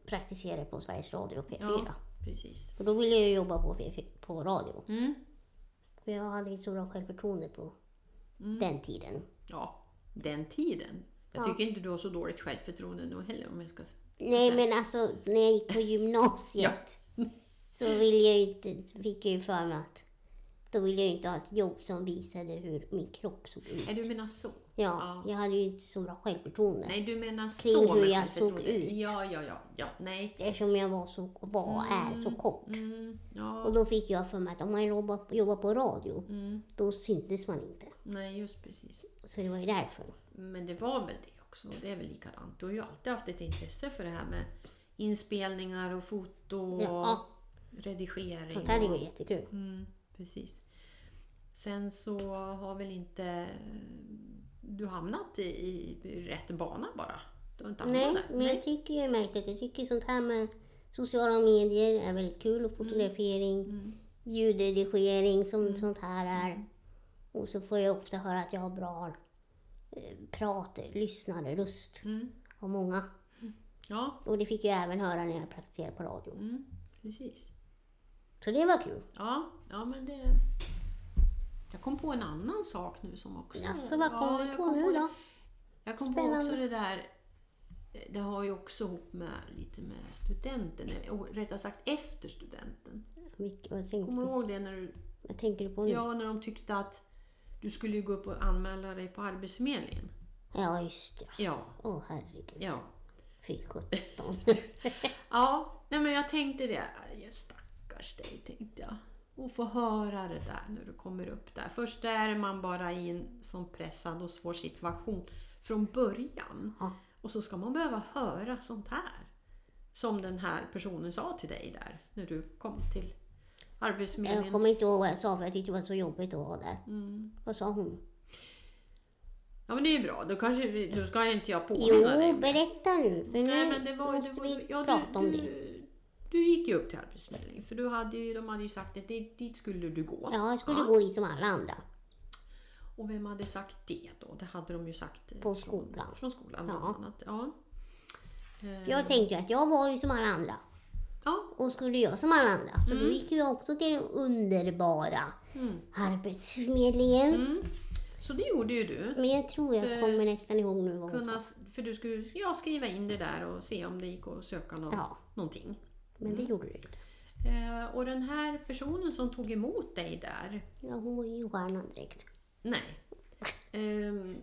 Speaker 1: praktisera på Sveriges Radio P4.
Speaker 2: Ja, precis.
Speaker 1: Och då ville jag jobba på, P4 på radio.
Speaker 2: Mm.
Speaker 1: För jag hade inte så bra självförtroende på
Speaker 2: Mm.
Speaker 1: den tiden.
Speaker 2: Ja, den tiden. Jag
Speaker 1: Ja.
Speaker 2: tycker inte du har så dåligt självförtroende nu heller om jag ska s-
Speaker 1: Nej
Speaker 2: sen-
Speaker 1: men alltså när jag gick på gymnasiet så ville jag ju inte, fick jag ju för mig att då ville jag ju inte ha ett jobb som visade hur min kropp såg ut.
Speaker 2: Nej, du menar så?
Speaker 1: Ja,
Speaker 2: Ja.
Speaker 1: jag hade ju inte så bra självförtroende.
Speaker 2: Nej, du menar så.
Speaker 1: Kring hur
Speaker 2: med
Speaker 1: jag såg
Speaker 2: självförtroende.
Speaker 1: ut.
Speaker 2: Ja, ja, ja. ja. Nej.
Speaker 1: Eftersom jag var så, var, är så kort.
Speaker 2: Mm,
Speaker 1: Och
Speaker 2: ja.
Speaker 1: då fick jag för mig att om man jobbar, jobbar på radio,
Speaker 2: Mm,
Speaker 1: då syntes man inte.
Speaker 2: nej, just precis.
Speaker 1: Så det var ju därför.
Speaker 2: Men det var väl det också. och Det är väl likadant. Du har ju alltid haft ett intresse för det här med inspelningar och foto och
Speaker 1: Ja.
Speaker 2: redigering.
Speaker 1: Sånt här är
Speaker 2: och-
Speaker 1: ju jättekul.
Speaker 2: Mm, precis. Sen så har väl inte du hamnat i, i rätt bana bara? Du har inte hamnat
Speaker 1: Nej,
Speaker 2: där?
Speaker 1: men jag tycker jag har märkt att jag tycker sånt här med sociala medier är väldigt kul och fotografering,
Speaker 2: Mm.
Speaker 1: ljudredigering som sånt här är. Och så får jag ofta höra att jag har bra eh, prat, lyssnarröst
Speaker 2: Mm.
Speaker 1: av många.
Speaker 2: Ja,
Speaker 1: Och det fick jag även höra när jag praktiserade på radio.
Speaker 2: mm, precis.
Speaker 1: Så det var kul.
Speaker 2: Ja, ja men det... Jag kom på en annan sak nu som också...
Speaker 1: Alltså vad kommer
Speaker 2: ja,
Speaker 1: du
Speaker 2: jag
Speaker 1: på nu
Speaker 2: det-
Speaker 1: då?
Speaker 2: Jag kom på
Speaker 1: Spännande.
Speaker 2: också det där... Det har ju också ihop med lite med studenten, eller och rättare sagt efter studenten.
Speaker 1: Vilk- Vad tänker
Speaker 2: Kommer
Speaker 1: du
Speaker 2: du
Speaker 1: på?
Speaker 2: ihåg det när du
Speaker 1: Vad tänker du på nu? Ja,
Speaker 2: Ja, när de tyckte att du skulle ju gå upp och anmäla dig på Arbetsförmedlingen.
Speaker 1: just det.
Speaker 2: Ja,
Speaker 1: Åh herregud.
Speaker 2: ja.
Speaker 1: Fy
Speaker 2: *laughs*
Speaker 1: sjutton.
Speaker 2: Ja, nej men jag tänkte det. Aj, Stackars dig, tänkte jag. Och få höra det där när du kommer upp där. Först är man bara i en sån pressad och svår situation från början.
Speaker 1: Ja.
Speaker 2: Och så ska man behöva höra sånt här. Som den här personen sa till dig där när du kom till
Speaker 1: jag
Speaker 2: Arbetsförmedlingen.
Speaker 1: kommer inte ihåg vad jag sa för jag tyckte det var så jobbigt att vara där.
Speaker 2: Mm.
Speaker 1: Vad sa hon?
Speaker 2: Ja men det är ju bra, då, kanske, vi- då ska inte jag påminna
Speaker 1: Jo,
Speaker 2: dig. om det.
Speaker 1: berätta nu. För nu
Speaker 2: Nej, men det var,
Speaker 1: måste
Speaker 2: det var,
Speaker 1: vi
Speaker 2: ja, du-
Speaker 1: prata om
Speaker 2: du,
Speaker 1: det.
Speaker 2: Du gick ju upp till Arbetsförmedlingen för du hade ju, de hade ju sagt att det, dit skulle du gå.
Speaker 1: Ja, jag skulle
Speaker 2: Ja.
Speaker 1: gå dit som alla andra.
Speaker 2: Och vem hade sagt det då? Det hade de ju sagt eh,
Speaker 1: På
Speaker 2: från-
Speaker 1: skolan.
Speaker 2: Från skolan bland
Speaker 1: Ja.
Speaker 2: annat. Ja. Eh,
Speaker 1: Jag tänkte ju att jag var ju som alla andra.
Speaker 2: ja.
Speaker 1: Och skulle jag som alla andra. Så då gick jag också till den underbara
Speaker 2: Mm.
Speaker 1: Arbetsförmedlingen.
Speaker 2: Mm. Så det gjorde ju du.
Speaker 1: Men jag tror jag
Speaker 2: För-
Speaker 1: kommer nästan ihåg nu vad hon
Speaker 2: Kunna,
Speaker 1: sa.
Speaker 2: s- för du skulle ja, skriva in det där och se om det gick att söka någon,
Speaker 1: Ja,
Speaker 2: någonting.
Speaker 1: men det
Speaker 2: Mm.
Speaker 1: gjorde du inte.
Speaker 2: Eh, och den här personen som tog emot dig där,
Speaker 1: Ja, hon var ju i stjärnan direkt. *laughs*
Speaker 2: Nej. Ehm,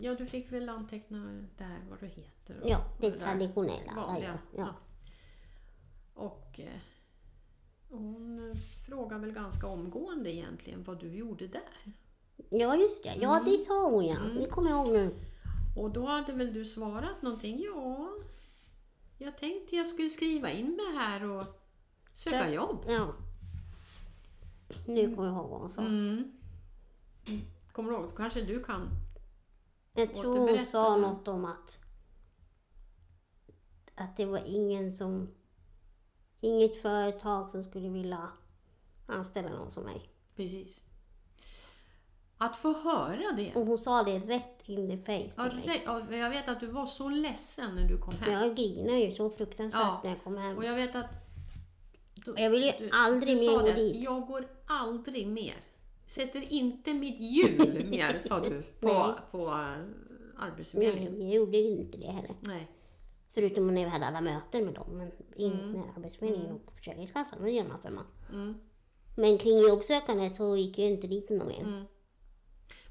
Speaker 2: ja, du fick väl anteckna där vad du heter.
Speaker 1: Ja, det
Speaker 2: och där
Speaker 1: traditionella. alla
Speaker 2: vanliga.
Speaker 1: gör.
Speaker 2: Ja.
Speaker 1: Ja.
Speaker 2: Och eh, hon frågade väl ganska omgående egentligen vad du gjorde där.
Speaker 1: ja, just det. Ja, det sa hon ja.
Speaker 2: Mm.
Speaker 1: Det kommer jag ihåg nu.
Speaker 2: Och då hade väl du svarat någonting? Ja, jag tänkte jag skulle skriva in mig här och söka
Speaker 1: Sök-
Speaker 2: jobb.
Speaker 1: Ja. Nu kommer jag ihåg vad hon sa.
Speaker 2: Mm. Kommer du ihåg? Då kanske du kan?
Speaker 1: Jag tror hon
Speaker 2: Återberätta.
Speaker 1: sa något om att, att det var ingen som, inget företag som skulle vilja anställa någon som mig.
Speaker 2: Precis. Att få höra det.
Speaker 1: Och hon sa det rätt in the face
Speaker 2: Ja,
Speaker 1: till mig.
Speaker 2: re- ja, för jag vet att du var så ledsen när du kom hem.
Speaker 1: Jag grinade ju så fruktansvärt
Speaker 2: Ja.
Speaker 1: när jag kom hem.
Speaker 2: Och jag vet att... då-
Speaker 1: Jag vill ju aldrig
Speaker 2: du
Speaker 1: mer
Speaker 2: sa
Speaker 1: gå
Speaker 2: det,
Speaker 1: dit.
Speaker 2: Jag går aldrig mer. Sätter inte mitt hjul mer, sa
Speaker 1: *laughs*
Speaker 2: du på,
Speaker 1: Nej. Mm.
Speaker 2: på eh, Arbetsförmedlingen.
Speaker 1: Nej, jag gjorde ju inte det heller.
Speaker 2: Nej.
Speaker 1: Förutom när vi hade alla möten med dem, men in med Arbetsförmedlingen och Försäkringskassan. Det genomför man.
Speaker 2: Mm,
Speaker 1: Men kring jobbsökandet så gick jag ju inte dit någon mer.
Speaker 2: mm.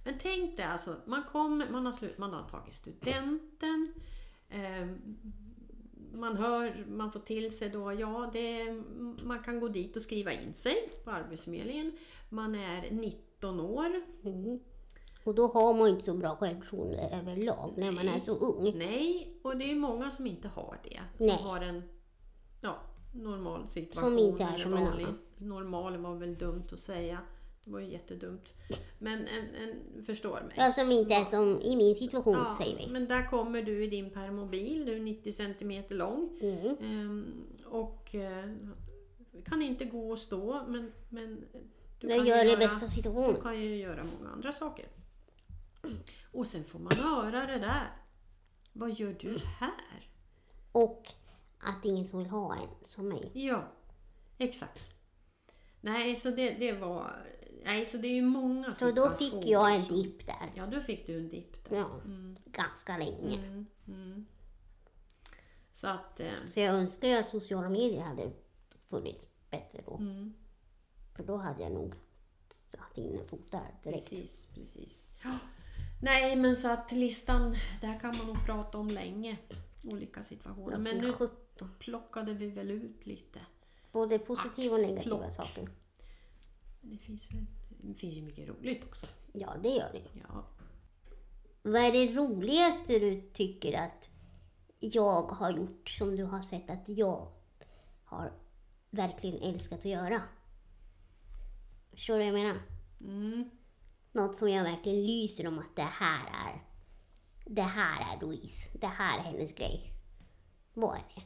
Speaker 2: Men tänk dig alltså, man, kom, man, har slut, man har tagit studenten. Eh, man hör, man får till sig då, ja det, man kan gå dit och skriva in sig på Arbetsförmedlingen. Man är 19 år.
Speaker 1: Mm. Och då har man ju inte så bra självförtroende överlag när man är så ung.
Speaker 2: Nej, och det är många som inte har det. Som
Speaker 1: Nej.
Speaker 2: har en ja, normal situation.
Speaker 1: Som inte är
Speaker 2: eller
Speaker 1: som en
Speaker 2: vanlig.
Speaker 1: annan.
Speaker 2: Normal var väl dumt att säga. Det var ju jättedumt. Men en, en förstår mig.
Speaker 1: Ja, som inte är som i min situation,
Speaker 2: Ja,
Speaker 1: säger vi.
Speaker 2: Men där kommer du i din permobil, du är 90 cm lång.
Speaker 1: Mm.
Speaker 2: Ehm, och eh, kan inte gå och stå men, men du,
Speaker 1: Jag
Speaker 2: kan ju
Speaker 1: gör det
Speaker 2: göra,
Speaker 1: bästa av
Speaker 2: du
Speaker 1: situationen.
Speaker 2: kan ju göra många andra saker. Och sen får man höra det där. Vad gör du här?
Speaker 1: Och att ingen som vill ha en som mig.
Speaker 2: Ja, exakt. Nej, så det, det var... Nej, så det är ju många
Speaker 1: Så då fick
Speaker 2: situationer
Speaker 1: jag en
Speaker 2: som-
Speaker 1: dipp där.
Speaker 2: Ja, då fick du en dipp där.
Speaker 1: Ja,
Speaker 2: Mm,
Speaker 1: ganska länge.
Speaker 2: mm, mm. Så att... Eh,
Speaker 1: Så jag önskar ju att sociala medier hade funnits bättre då.
Speaker 2: mm.
Speaker 1: För då hade jag nog satt in en fot där direkt.
Speaker 2: Precis, precis. Ja. Nej, men så att listan, där kan man nog prata om länge. Olika situationer. Men nu
Speaker 1: sjutton.
Speaker 2: plockade vi väl ut lite.
Speaker 1: Både positiva och negativa
Speaker 2: Axplock.
Speaker 1: saker.
Speaker 2: Det finns, väl, det finns ju mycket roligt också.
Speaker 1: Ja, det gör det ju.
Speaker 2: Ja.
Speaker 1: Vad är det roligaste du tycker att jag har gjort som du har sett att jag har verkligen älskat att göra? Förstår du vad jag menar?
Speaker 2: Mm.
Speaker 1: Något som jag verkligen lyser om att det här är det här är Louise. Det här är hennes grej. Vad är det?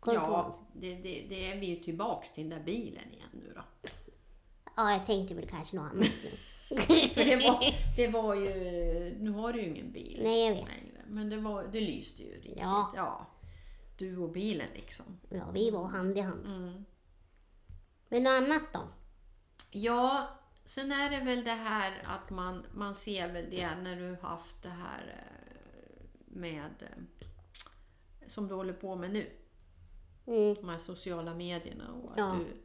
Speaker 1: Kom på något.
Speaker 2: ja det, det, det är vi ju tillbaks till den där bilen igen nu då.
Speaker 1: ja, jag tänkte väl kanske något
Speaker 2: *laughs*
Speaker 1: annat.
Speaker 2: För det
Speaker 1: *laughs*
Speaker 2: var, det var ju, nu har du ju ingen bil
Speaker 1: Nej, jag vet.
Speaker 2: längre. Men det, var, det lyste ju riktigt.
Speaker 1: Ja.
Speaker 2: ja. Du och bilen liksom.
Speaker 1: Ja, vi var hand i hand.
Speaker 2: Mm.
Speaker 1: Men något annat då?
Speaker 2: Ja, sen är det väl det här att man, man ser väl det när du har haft det här eh, med eh, som du håller på med nu,
Speaker 1: Mm.
Speaker 2: de här sociala medierna och att,
Speaker 1: Ja.
Speaker 2: du,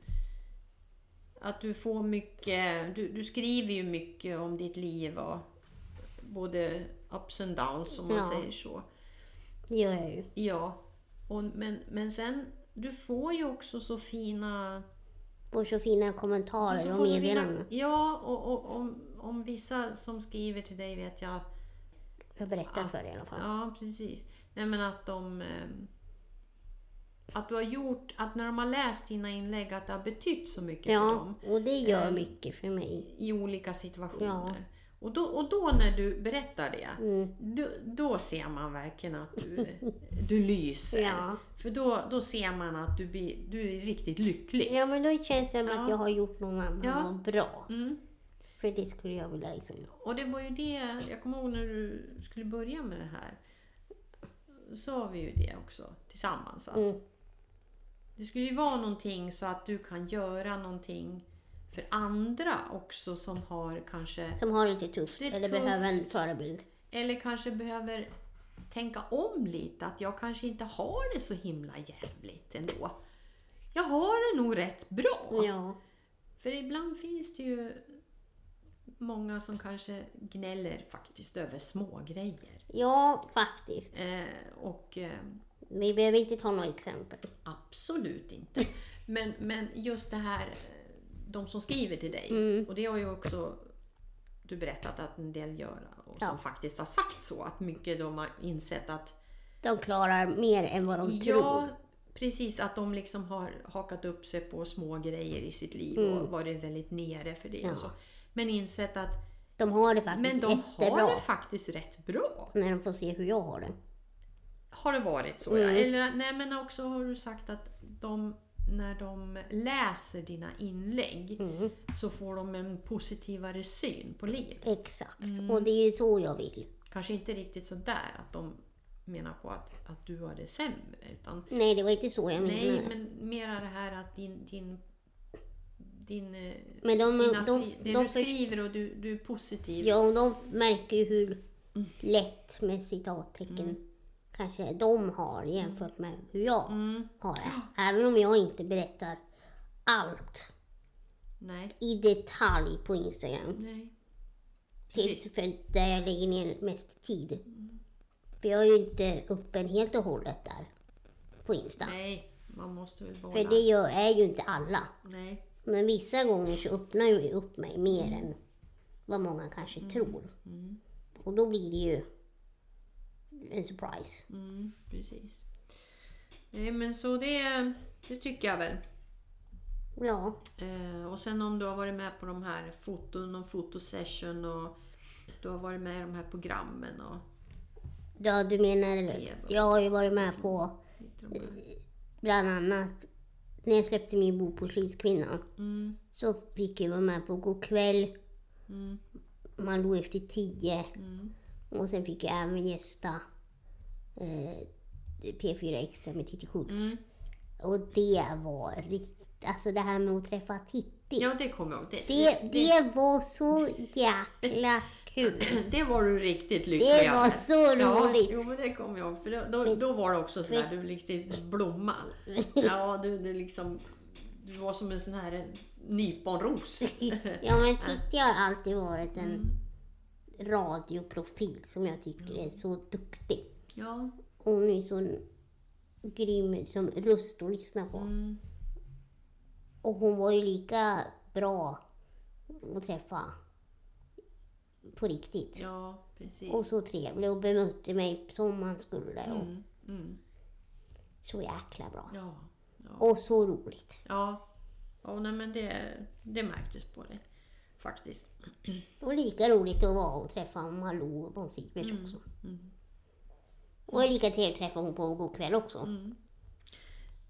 Speaker 2: att du får mycket, du, du skriver ju mycket om ditt liv och både ups and downs om man
Speaker 1: Ja.
Speaker 2: säger så.
Speaker 1: Det gör jag ju.
Speaker 2: Ja, och, men, men sen du får ju också så fina
Speaker 1: Får så fina
Speaker 2: Och så
Speaker 1: kommentarer och
Speaker 2: får du
Speaker 1: meddelanden.
Speaker 2: vilja- Ja, och, och om, om vissa som skriver till dig vet jag.
Speaker 1: Jag berättar för dig i alla fall.
Speaker 2: Ja, precis. Nej men att de... ehm, Att du har gjort, att när de har läst dina inlägg att det har betytt så mycket för
Speaker 1: Ja,
Speaker 2: dem
Speaker 1: och det gör
Speaker 2: Ehm,
Speaker 1: mycket för mig.
Speaker 2: i olika situationer.
Speaker 1: Ja.
Speaker 2: Och, då, och då när du berättar det,
Speaker 1: Mm.
Speaker 2: då, då ser man verkligen
Speaker 1: *laughs*
Speaker 2: att du, du lyser.
Speaker 1: Ja.
Speaker 2: För då, då ser man att du, blir, du är riktigt lycklig.
Speaker 1: ja, men då känns det som
Speaker 2: Ja.
Speaker 1: att jag har gjort någon annan
Speaker 2: Ja.
Speaker 1: något bra.
Speaker 2: Mm.
Speaker 1: För det skulle jag vilja liksom...
Speaker 2: Och det var ju det, jag kommer ihåg när du skulle börja med det här. Sa vi ju det också tillsammans. Att
Speaker 1: Mm.
Speaker 2: Det skulle ju vara någonting så att du kan göra någonting för andra också som har kanske,
Speaker 1: Som har det lite tufft
Speaker 2: Det är
Speaker 1: eller behöver en
Speaker 2: tufft.
Speaker 1: förebild.
Speaker 2: eller kanske behöver tänka om lite. Att jag kanske inte har det så himla jävligt ändå. Jag har det nog rätt bra.
Speaker 1: Ja.
Speaker 2: För ibland finns det ju många som kanske gnäller faktiskt över små grejer.
Speaker 1: ja, faktiskt.
Speaker 2: Eh, och eh,
Speaker 1: Vi behöver inte ta några exempel.
Speaker 2: absolut inte. Men, men just det här, eh, de som skriver till dig.
Speaker 1: Mm.
Speaker 2: Och det har ju också du berättat att en del gör och som
Speaker 1: Ja.
Speaker 2: faktiskt har sagt så. Att mycket de har insett att
Speaker 1: De klarar mer än vad de
Speaker 2: ja,
Speaker 1: tror.
Speaker 2: precis att de liksom har hakat upp sig på små grejer i sitt liv och
Speaker 1: Mm.
Speaker 2: varit väldigt nere för det
Speaker 1: Ja.
Speaker 2: och så. Men insett att
Speaker 1: De har det faktiskt
Speaker 2: men de
Speaker 1: jättebra.
Speaker 2: har det faktiskt rätt bra.
Speaker 1: När de får se hur jag har det.
Speaker 2: Har det varit så? Ja.
Speaker 1: Mm.
Speaker 2: Eller, nej men också har du sagt att de, när de läser dina inlägg
Speaker 1: Mm.
Speaker 2: så får de en positivare syn på livet.
Speaker 1: Exakt.
Speaker 2: Mm.
Speaker 1: Och det är så jag vill.
Speaker 2: Kanske inte riktigt så där att de menar på att, att du har det sämre. Utan,
Speaker 1: Nej, det var inte så jag menade.
Speaker 2: nej,
Speaker 1: men
Speaker 2: men mera det här att din... din, din eh,
Speaker 1: de,
Speaker 2: dina,
Speaker 1: de,
Speaker 2: skri-
Speaker 1: de,
Speaker 2: det
Speaker 1: de,
Speaker 2: du skriver och du, du är positiv.
Speaker 1: ja, och de märker ju hur lätt med citattecken kanske de har jämfört med hur jag
Speaker 2: Mm,
Speaker 1: har det. Även om jag inte berättar allt
Speaker 2: nej,
Speaker 1: i detalj på Instagram.
Speaker 2: nej.
Speaker 1: Tips för där jag lägger ner mest tid.
Speaker 2: Mm.
Speaker 1: För jag är ju inte öppen helt och hållet där på Insta.
Speaker 2: Nej, man måste väl behålla...
Speaker 1: För det gör, är ju inte alla.
Speaker 2: Nej.
Speaker 1: Men vissa gånger så öppnar jag ju upp mig mer än vad många kanske tror.
Speaker 2: Mm.
Speaker 1: Och då blir det ju en surprise.
Speaker 2: Mm, precis. Nej men så det, det tycker jag väl.
Speaker 1: Ja,
Speaker 2: Eh, och sen om du har varit med på de här foton och fotosession och du har varit med i de här programmen och
Speaker 1: ja du menar...
Speaker 2: Tv.
Speaker 1: Jag har ju varit med på
Speaker 2: lite de här.
Speaker 1: bland annat när jag släppte min bok på Kvinnan
Speaker 2: Mm,
Speaker 1: så fick jag vara med på God kväll,
Speaker 2: mm,
Speaker 1: Man låg efter tio
Speaker 2: mm.
Speaker 1: och sen fick jag även gästa eh, P4 Extra med Titti Schultz.
Speaker 2: Mm.
Speaker 1: Och det var riktigt, alltså det här med att träffa Titti.
Speaker 2: Ja det kommer jag ihåg.
Speaker 1: Det, det var så jäkla
Speaker 2: *clears throat*
Speaker 1: kul.
Speaker 2: det var du riktigt lycklig
Speaker 1: Det
Speaker 2: över.
Speaker 1: var så
Speaker 2: Ja, jo,
Speaker 1: roligt.
Speaker 2: men det kommer jag ihåg. För då, då, då var det också sådär, du liksom
Speaker 1: *laughs*
Speaker 2: blomma. Ja, du, du liksom... Du var som en sån här
Speaker 1: *laughs*
Speaker 2: nyponros.
Speaker 1: Ja men Titti har alltid varit
Speaker 2: Mm.
Speaker 1: en radioprofil som jag tycker är så duktig.
Speaker 2: Ja.
Speaker 1: Och hon är så grym som röst att lyssna på.
Speaker 2: Mm.
Speaker 1: Och hon var ju lika bra att träffa på riktigt.
Speaker 2: Ja, precis.
Speaker 1: Och så trevlig och bemötte mig som man skulle. Och
Speaker 2: Mm. Mm.
Speaker 1: så jäkla bra.
Speaker 2: Ja.
Speaker 1: Och så roligt.
Speaker 2: Ja. Ja, nej, men det, det märktes på det. Faktiskt.
Speaker 1: Och lika roligt att vara och träffa Malou och Bon Sivers
Speaker 2: Mm.
Speaker 1: också. Och lika trevligt att träffa hon på god kväll också.
Speaker 2: Mm.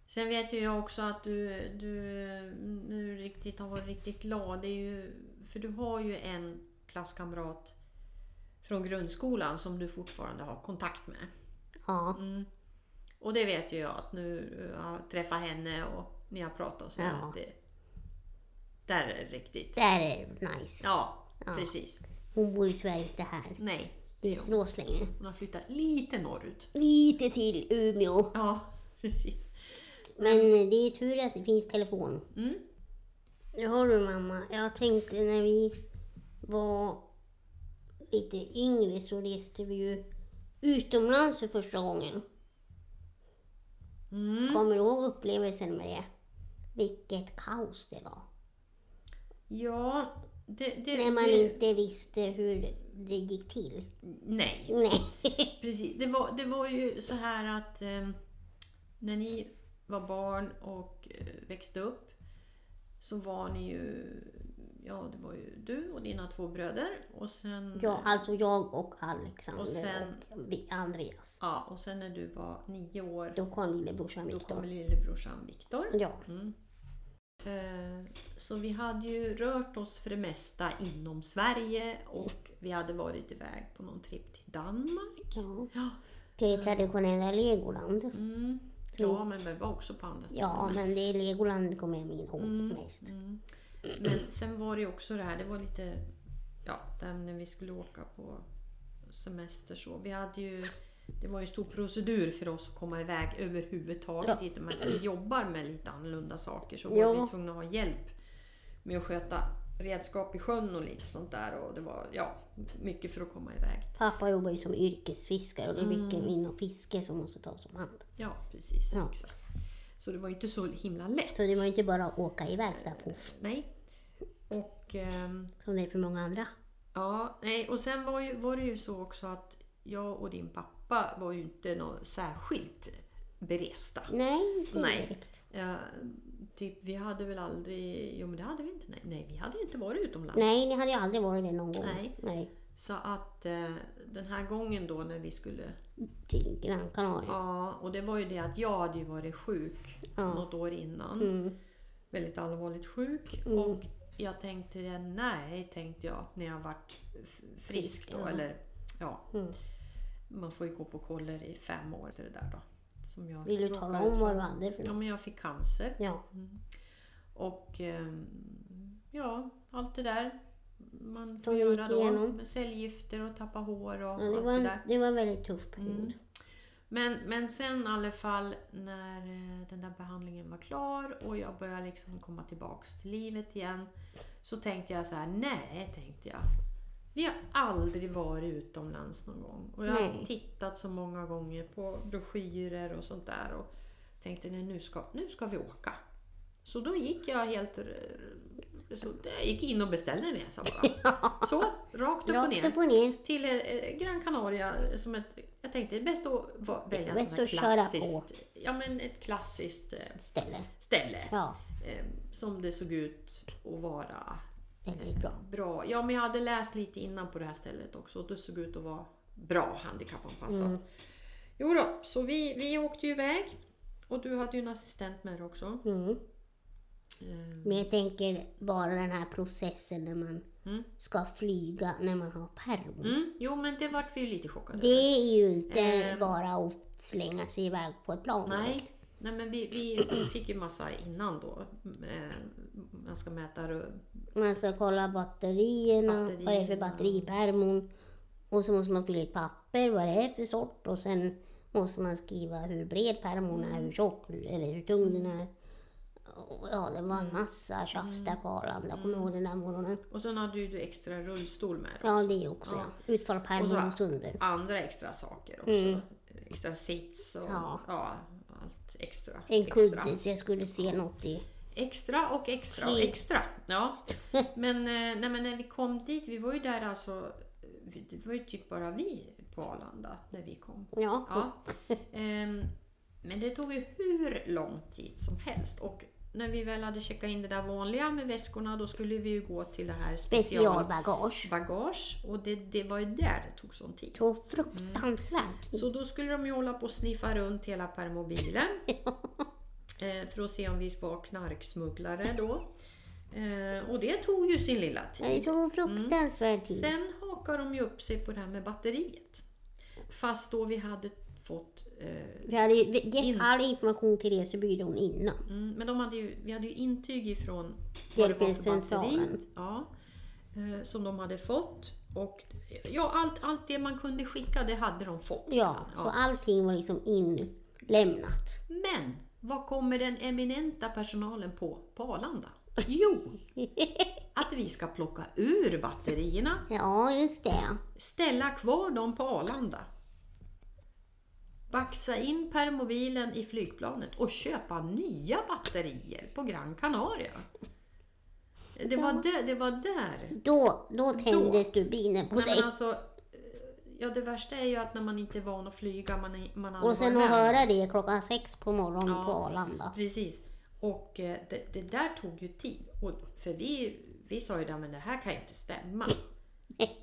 Speaker 2: Sen vet ju jag också att du, du nu riktigt har varit riktigt glad. Det är ju, för du har ju en klasskamrat från grundskolan som du fortfarande har kontakt med.
Speaker 1: Ja.
Speaker 2: Mm. Och det vet ju jag att nu jag har träffat henne och ni har pratat och så.
Speaker 1: Ja.
Speaker 2: att Det, där är det riktigt.
Speaker 1: Där är det nice.
Speaker 2: Ja,
Speaker 1: Ja.
Speaker 2: precis.
Speaker 1: Hon bor ju tyvärr inte här.
Speaker 2: Nej.
Speaker 1: Det är
Speaker 2: Jo,
Speaker 1: Slås längre.
Speaker 2: hon har flyttat lite norrut.
Speaker 1: Lite till Umeå.
Speaker 2: Ja, precis.
Speaker 1: Men det är tur att det finns telefon.
Speaker 2: Mm.
Speaker 1: Ja du mamma, jag tänkte när vi var lite yngre så reste vi ju utomlands för första gången.
Speaker 2: Mm.
Speaker 1: Kommer du ihåg upplevelsen med det? Vilket kaos det var.
Speaker 2: Ja, det... det
Speaker 1: När man
Speaker 2: det,
Speaker 1: inte visste hur det gick till.
Speaker 2: nej.
Speaker 1: Nej.
Speaker 2: Precis, det var, det var ju så här att eh, när ni var barn och eh, växte upp så var ni ju, ja det var ju du och dina två bröder och sen,
Speaker 1: Ja, alltså jag och Alexander
Speaker 2: Och
Speaker 1: och,
Speaker 2: sen-
Speaker 1: vi- Andreas.
Speaker 2: ja, och sen när du var nio år
Speaker 1: Då kom lillebrorsan
Speaker 2: då
Speaker 1: Viktor.
Speaker 2: kom lillebrorsan Viktor.
Speaker 1: Ja,
Speaker 2: Mm. Eh, Så vi hade ju rört oss för det mesta inom Sverige och vi hade varit iväg på någon tripp till Danmark.
Speaker 1: ja.
Speaker 2: Ja,
Speaker 1: Till det traditionella Legoland.
Speaker 2: mm. ja men vi var också på andra ställen.
Speaker 1: Ja, men det är Legoland kommer jag ihåg mest.
Speaker 2: Mm. Men sen var det ju också det här, det var lite, ja, det här när vi skulle åka på semester så. Vi hade ju, det var ju en stor procedur för oss att komma iväg överhuvudtaget. I och med att vi jobbar med lite annorlunda saker så var
Speaker 1: Ja.
Speaker 2: vi tvungna att ha hjälp med att sköta redskap i sjön och lite sånt där. Och det var ja, mycket för att komma iväg.
Speaker 1: Pappa jobbar ju som yrkesfiskare och det är
Speaker 2: Mm.
Speaker 1: mycket inom fiske som måste tas om hand.
Speaker 2: Ja, precis.
Speaker 1: Ja.
Speaker 2: Exakt. Så det var ju inte så himla lätt.
Speaker 1: Så det var ju inte bara att åka iväg sådär poff,
Speaker 2: Nej. Och... ehm,
Speaker 1: som det är för många andra.
Speaker 2: Ja, nej, och sen var, ju, var det ju så också att jag och din pappa var ju inte något särskilt beresta.
Speaker 1: Nej, inte
Speaker 2: Nej.
Speaker 1: direkt.
Speaker 2: Eh, typ, vi hade väl aldrig... Jo, men det hade vi inte. Nej, nej vi hade inte varit utomlands.
Speaker 1: Nej, ni hade ju aldrig varit det någon gång.
Speaker 2: Nej. Så att eh, den här gången då när vi skulle...
Speaker 1: Till Gran Canaria.
Speaker 2: Ja, och det var ju det att jag hade ju varit sjuk
Speaker 1: Ja.
Speaker 2: något år innan.
Speaker 1: Mm.
Speaker 2: Väldigt allvarligt sjuk. Och jag tänkte det, nej, tänkte jag när jag vart f- frisk
Speaker 1: Frisk,
Speaker 2: då.
Speaker 1: ja.
Speaker 2: Eller, ja.
Speaker 1: Mm.
Speaker 2: Man får ju gå på koller i fem år. Det där då, som jag
Speaker 1: Vill du
Speaker 2: råkade
Speaker 1: tala
Speaker 2: ut
Speaker 1: om
Speaker 2: för.
Speaker 1: vad du hade för
Speaker 2: Ja,
Speaker 1: något?
Speaker 2: men jag fick cancer.
Speaker 1: Ja.
Speaker 2: Och ehm, ja, allt det där man får
Speaker 1: Som
Speaker 2: göra
Speaker 1: gick
Speaker 2: då.
Speaker 1: igenom.
Speaker 2: Med cellgifter och tappa hår och
Speaker 1: Ja, det,
Speaker 2: allt
Speaker 1: var
Speaker 2: det
Speaker 1: en,
Speaker 2: där.
Speaker 1: det var en väldigt tuff period.
Speaker 2: Mm. Men, men sen i alla fall när eh, den där behandlingen var klar och jag började liksom komma tillbaks till livet igen. Så tänkte jag så här, nej tänkte jag. Vi har aldrig varit utomlands någon gång. Och jag har
Speaker 1: Nej.
Speaker 2: tittat så många gånger på broschyrer och sånt där. Och tänkte nej, nu ska, nu ska vi åka. Så då gick jag helt... eh, Så jag gick in och beställde en resa
Speaker 1: *laughs*
Speaker 2: bara. Så, rakt upp och
Speaker 1: Rakt
Speaker 2: ner.
Speaker 1: upp och ner.
Speaker 2: Till eh, Gran Canaria som ett... Jag tänkte det är bäst att va- välja
Speaker 1: Det är
Speaker 2: ett
Speaker 1: bäst
Speaker 2: sånt här
Speaker 1: att köra
Speaker 2: klassiskt... Ja men ett klassiskt eh,
Speaker 1: Ställe.
Speaker 2: ställe.
Speaker 1: Ja,
Speaker 2: eh, Som det såg ut att vara
Speaker 1: väldigt bra.
Speaker 2: bra. Ja, men jag hade läst lite innan på det här stället också och det såg ut att vara bra handikappanpassat.
Speaker 1: Mm.
Speaker 2: Jo då, så vi, vi åkte ju iväg och du hade ju en assistent med dig också.
Speaker 1: Mm.
Speaker 2: Eh,
Speaker 1: Men jag tänker bara den här processen när man
Speaker 2: Mm.
Speaker 1: ska flyga när man har perm.
Speaker 2: Mm, jo, men det vart vi ju lite chockade
Speaker 1: Det
Speaker 2: över.
Speaker 1: är ju inte
Speaker 2: Ehm.
Speaker 1: bara att slänga sig iväg på ett plan.
Speaker 2: Nej. Nej, men vi, vi, vi fick ju massa innan då. Eh, Man ska mäta ru-
Speaker 1: Man ska kolla batterierna, vad det är för
Speaker 2: Batterierna.
Speaker 1: batteripärmon. Och så måste man fylla i ett papper, vad det är för sort. Och sen måste man skriva hur bred pärmon är, hur tjock eller hur tung den är. Och Ja, det var
Speaker 2: Mm.
Speaker 1: en massa tjafs där på Arlanda, kommer jag ihåg den där morgonen.
Speaker 2: och sen hade ju du extra rullstol med dig
Speaker 1: Ja,
Speaker 2: också.
Speaker 1: det också
Speaker 2: Ja.
Speaker 1: ja. Utfall av
Speaker 2: Och så-
Speaker 1: pärmon och sönder.
Speaker 2: Andra extra saker också. Extra sits och ja.
Speaker 1: Ja.
Speaker 2: allt extra.
Speaker 1: En
Speaker 2: extra.
Speaker 1: kudde så jag skulle se något i.
Speaker 2: Extra och extra och
Speaker 1: Fri.
Speaker 2: extra.
Speaker 1: *laughs*
Speaker 2: Ja. Men, eh, nej, men när vi kom dit, vi var ju där alltså, vi- det var ju typ bara vi på Arlanda när vi kom.
Speaker 1: Ja. *laughs*
Speaker 2: Ja. Ehm, Men det tog ju hur lång tid som helst och när vi väl hade checkat in det där vanliga med väskorna då skulle vi ju gå till det här
Speaker 1: Specialbagage.
Speaker 2: specialbagage och det, det var ju där det tog sån tid.
Speaker 1: Så fruktansvärt.
Speaker 2: Så då skulle de ju hålla på och sniffa runt
Speaker 1: *laughs*
Speaker 2: hela permobilen. eh, för att se om vi var knarksmugglare då. Eh, och det tog ju sin lilla
Speaker 1: Ja, Det är
Speaker 2: tid.
Speaker 1: så fruktansvärt tid.
Speaker 2: Sen hakar de ju upp sig på det här med batteriet. Fast då vi hade fått... Eh,
Speaker 1: Vi hade ju gett
Speaker 2: In.
Speaker 1: all information till resebyrån innan.
Speaker 2: mm, men de hade ju, vi hade ju intyg ifrån
Speaker 1: Hjälpmedelscentralen.
Speaker 2: batteriet, Ja, eh, som de hade fått. Och ja, allt, allt det man kunde skicka det hade de fått.
Speaker 1: Ja, så allting var liksom inlämnat.
Speaker 2: Men vad kommer den eminenta personalen på på Arlanda? Jo, att vi ska plocka ur batterierna,
Speaker 1: Ja, just det.
Speaker 2: ställa kvar dem på Arlanda, baxa in permobilen i flygplanet och köpa nya batterier på Gran Canaria. Det var där, det var där
Speaker 1: Då, då tändes turbinen på
Speaker 2: Nej, men
Speaker 1: dig.
Speaker 2: alltså, ja, det värsta är ju att när man inte är van att flyga, man, är- man aldrig
Speaker 1: Och sen
Speaker 2: varit
Speaker 1: att
Speaker 2: med om
Speaker 1: höra det klockan sex på morgonen
Speaker 2: Ja.
Speaker 1: på Arlanda.
Speaker 2: Precis. Och eh, det, det där tog ju tid. Och för vi, vi sa ju där, men det här kan ju inte stämma.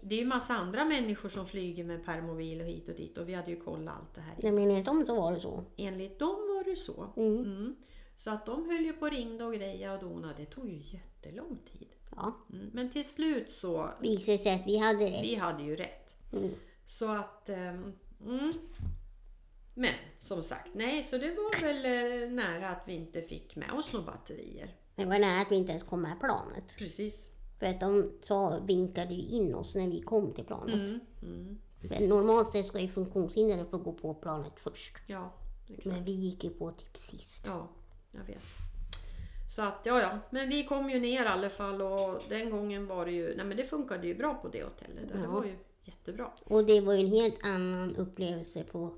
Speaker 2: Det är ju massa andra människor som flyger med permobil och hit och dit och vi hade ju kollat allt det här.
Speaker 1: Jag menar enligt dem så var det så.
Speaker 2: Enligt dem var det så.
Speaker 1: Mm.
Speaker 2: Mm. Så att de höll ju på och ringde och grejade och donade. Det tog ju jättelång tid.
Speaker 1: Ja.
Speaker 2: Mm. Men till slut så,
Speaker 1: Visade sig att vi hade rätt.
Speaker 2: vi hade ju rätt.
Speaker 1: Mm.
Speaker 2: Så att... ehm, mm. Men som sagt, nej, så det var väl eh, nära att vi inte fick med oss några batterier.
Speaker 1: Det var nära att vi inte ens kom med planet.
Speaker 2: Precis.
Speaker 1: För att de sa, vinkade ju in oss när vi kom till planet.
Speaker 2: Mm. Mm.
Speaker 1: Men normalt sett ska ju funktionshindrade få gå på planet först.
Speaker 2: Ja, exakt.
Speaker 1: Men vi gick ju på typ sist.
Speaker 2: Ja, jag vet. Så att, ja, ja. Men vi kom ju ner i alla fall och den gången var det ju, nej men det funkade ju bra på det hotellet. Där. Det
Speaker 1: Ja.
Speaker 2: var ju jättebra.
Speaker 1: Och det var ju en helt annan upplevelse på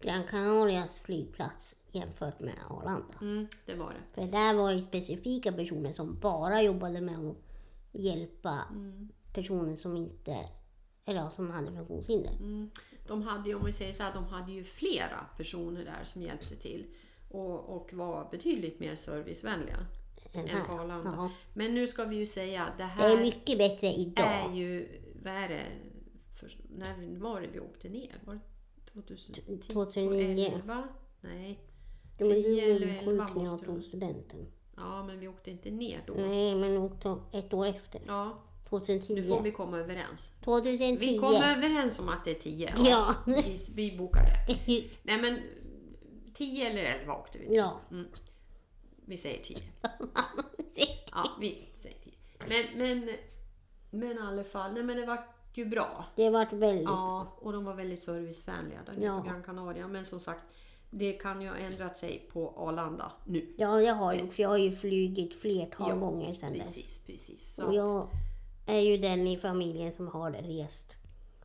Speaker 1: Gran Canarias flygplats jämfört med Arlanda.
Speaker 2: Mm, det var det.
Speaker 1: För där var det specifika personer som bara jobbade med att hjälpa
Speaker 2: Mm.
Speaker 1: personer som inte, eller ja, som hade funktionshinder.
Speaker 2: Mm. De hade ju, om vi säger så här, de hade ju flera personer där som hjälpte till. Och, och var betydligt mer servicevänliga.
Speaker 1: än
Speaker 2: Än
Speaker 1: här.
Speaker 2: på Arlanda.
Speaker 1: Ja.
Speaker 2: Men nu ska vi ju säga att det
Speaker 1: Det är
Speaker 2: här
Speaker 1: mycket bättre
Speaker 2: är
Speaker 1: idag.
Speaker 2: ju, vad är det, för, när var det vi åkte ner? Var det 2010?
Speaker 1: 2009.
Speaker 2: 11? Nej.
Speaker 1: Ja, men du
Speaker 2: 10
Speaker 1: blev
Speaker 2: eller
Speaker 1: ju
Speaker 2: 11
Speaker 1: sjuk när jag
Speaker 2: måste det
Speaker 1: tog
Speaker 2: vara.
Speaker 1: studenten.
Speaker 2: Ja, men vi åkte inte ner då.
Speaker 1: Nej, men nog ta- ett år efter.
Speaker 2: Ja, nu
Speaker 1: 2010.
Speaker 2: får vi komma överens.
Speaker 1: 2010.
Speaker 2: Vi kommer överens om att det är 10.
Speaker 1: *laughs* Ja.
Speaker 2: Vi, vi bokar det.
Speaker 1: *laughs*
Speaker 2: Nej men, 10 eller 11 åkte vi.
Speaker 1: ja.
Speaker 2: Vi säger 10. Ja, vi säger 10. Men, men, men i alla fall, nej men det vart ju bra.
Speaker 1: Det vart väldigt
Speaker 2: Ja, och de var väldigt servicevänliga där nere
Speaker 1: Ja.
Speaker 2: på Gran Canaria. Men som sagt, det kan ju ha ändrat sig på Arlanda nu.
Speaker 1: Ja, det har jag gjort. För jag har ju flugit flertal
Speaker 2: Ja,
Speaker 1: gånger sedan dess.
Speaker 2: Precis, precis. Så
Speaker 1: Och
Speaker 2: att,
Speaker 1: jag är ju den i familjen som har rest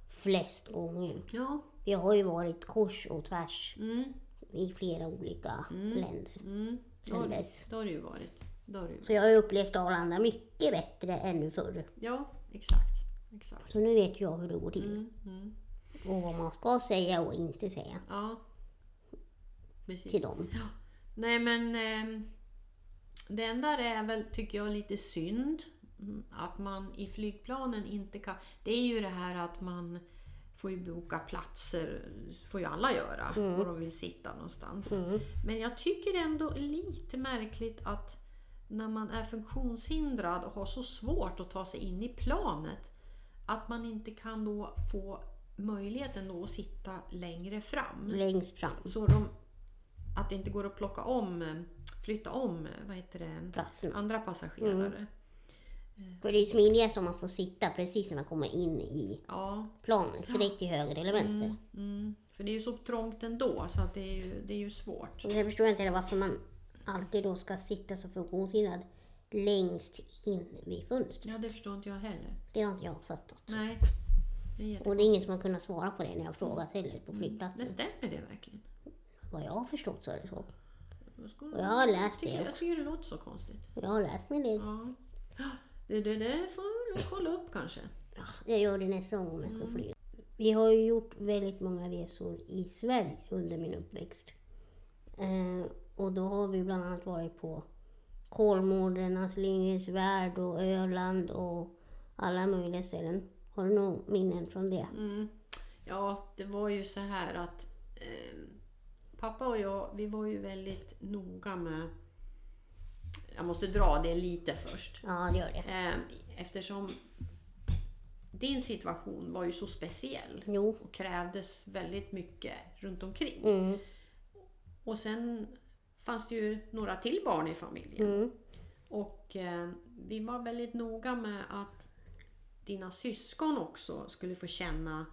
Speaker 1: flest gånger.
Speaker 2: ja,
Speaker 1: Vi har ju varit kors och tvärs
Speaker 2: mm,
Speaker 1: i flera olika länder.
Speaker 2: mm,
Speaker 1: sen
Speaker 2: Ja,
Speaker 1: dess.
Speaker 2: Då har det ju varit. Då har det ju...
Speaker 1: Så jag har ju upplevt Arlanda mycket bättre än förr.
Speaker 2: Ja, exakt. exakt.
Speaker 1: Så nu vet jag hur det går till
Speaker 2: Mm, mm.
Speaker 1: och vad man ska säga och inte säga
Speaker 2: Ja. Precis.
Speaker 1: till dem.
Speaker 2: Ja. Nej men eh, det enda är väl, tycker jag, lite synd mm, att man i flygplanen inte kan... Det är ju det här att man får ju boka platser, får ju alla göra, var de vill sitta någonstans.
Speaker 1: Mm.
Speaker 2: Men jag tycker ändå lite märkligt att när man är funktionshindrad och har så svårt att ta sig in i planet att man inte kan då få möjligheten då att sitta längre fram.
Speaker 1: Längst fram,
Speaker 2: Så de, att det inte går att plocka om, eh, flytta om, eh, vad heter det,
Speaker 1: platserna.
Speaker 2: andra passagerare.
Speaker 1: Mm. För det är ju smidigast om man får sitta precis när man kommer in i
Speaker 2: Ja.
Speaker 1: planet, direkt till höger eller vänster.
Speaker 2: Mm, mm. För det är ju så trångt ändå så att det är ju, det är ju svårt.
Speaker 1: Och sen förstår jag inte heller varför man alltid då ska sitta som funktionshindrad längst in vid fönstret.
Speaker 2: Ja, det förstår inte jag heller.
Speaker 1: Det har inte jag fattat.
Speaker 2: Nej. Det, är jätte-
Speaker 1: Och det är ingen som har kunnat svara på det när jag har frågat heller på flygplatsen.
Speaker 2: det stämmer det verkligen?
Speaker 1: Vad jag har förstått så är det så.
Speaker 2: Då skulle-
Speaker 1: Och jag har läst
Speaker 2: tycker,
Speaker 1: det Mm.
Speaker 2: Jag tycker det låter så konstigt.
Speaker 1: Jag har läst mig det.
Speaker 2: Ja. Det, det, det får vi nog kolla upp kanske.
Speaker 1: Ja, Jag gör det nästa gång om jag ska flyga. Vi har ju gjort väldigt många resor i Sverige under min uppväxt. Eh, och då har vi bland annat varit på Kolmårdernas Lindgrens värld och Öland och alla möjliga ställen. Har du några minnen från det?
Speaker 2: Mm. Ja, det var ju så här att eh, pappa och jag, vi var ju väldigt noga med... Jag måste dra det lite först.
Speaker 1: Ja, det gör det.
Speaker 2: Eh, eftersom din situation var ju så speciell
Speaker 1: Jo.
Speaker 2: och krävdes väldigt mycket runt omkring.
Speaker 1: Mm.
Speaker 2: Och sen fanns det ju några till barn i familjen.
Speaker 1: Mm.
Speaker 2: Och eh, vi var väldigt noga med att dina syskon också skulle få känna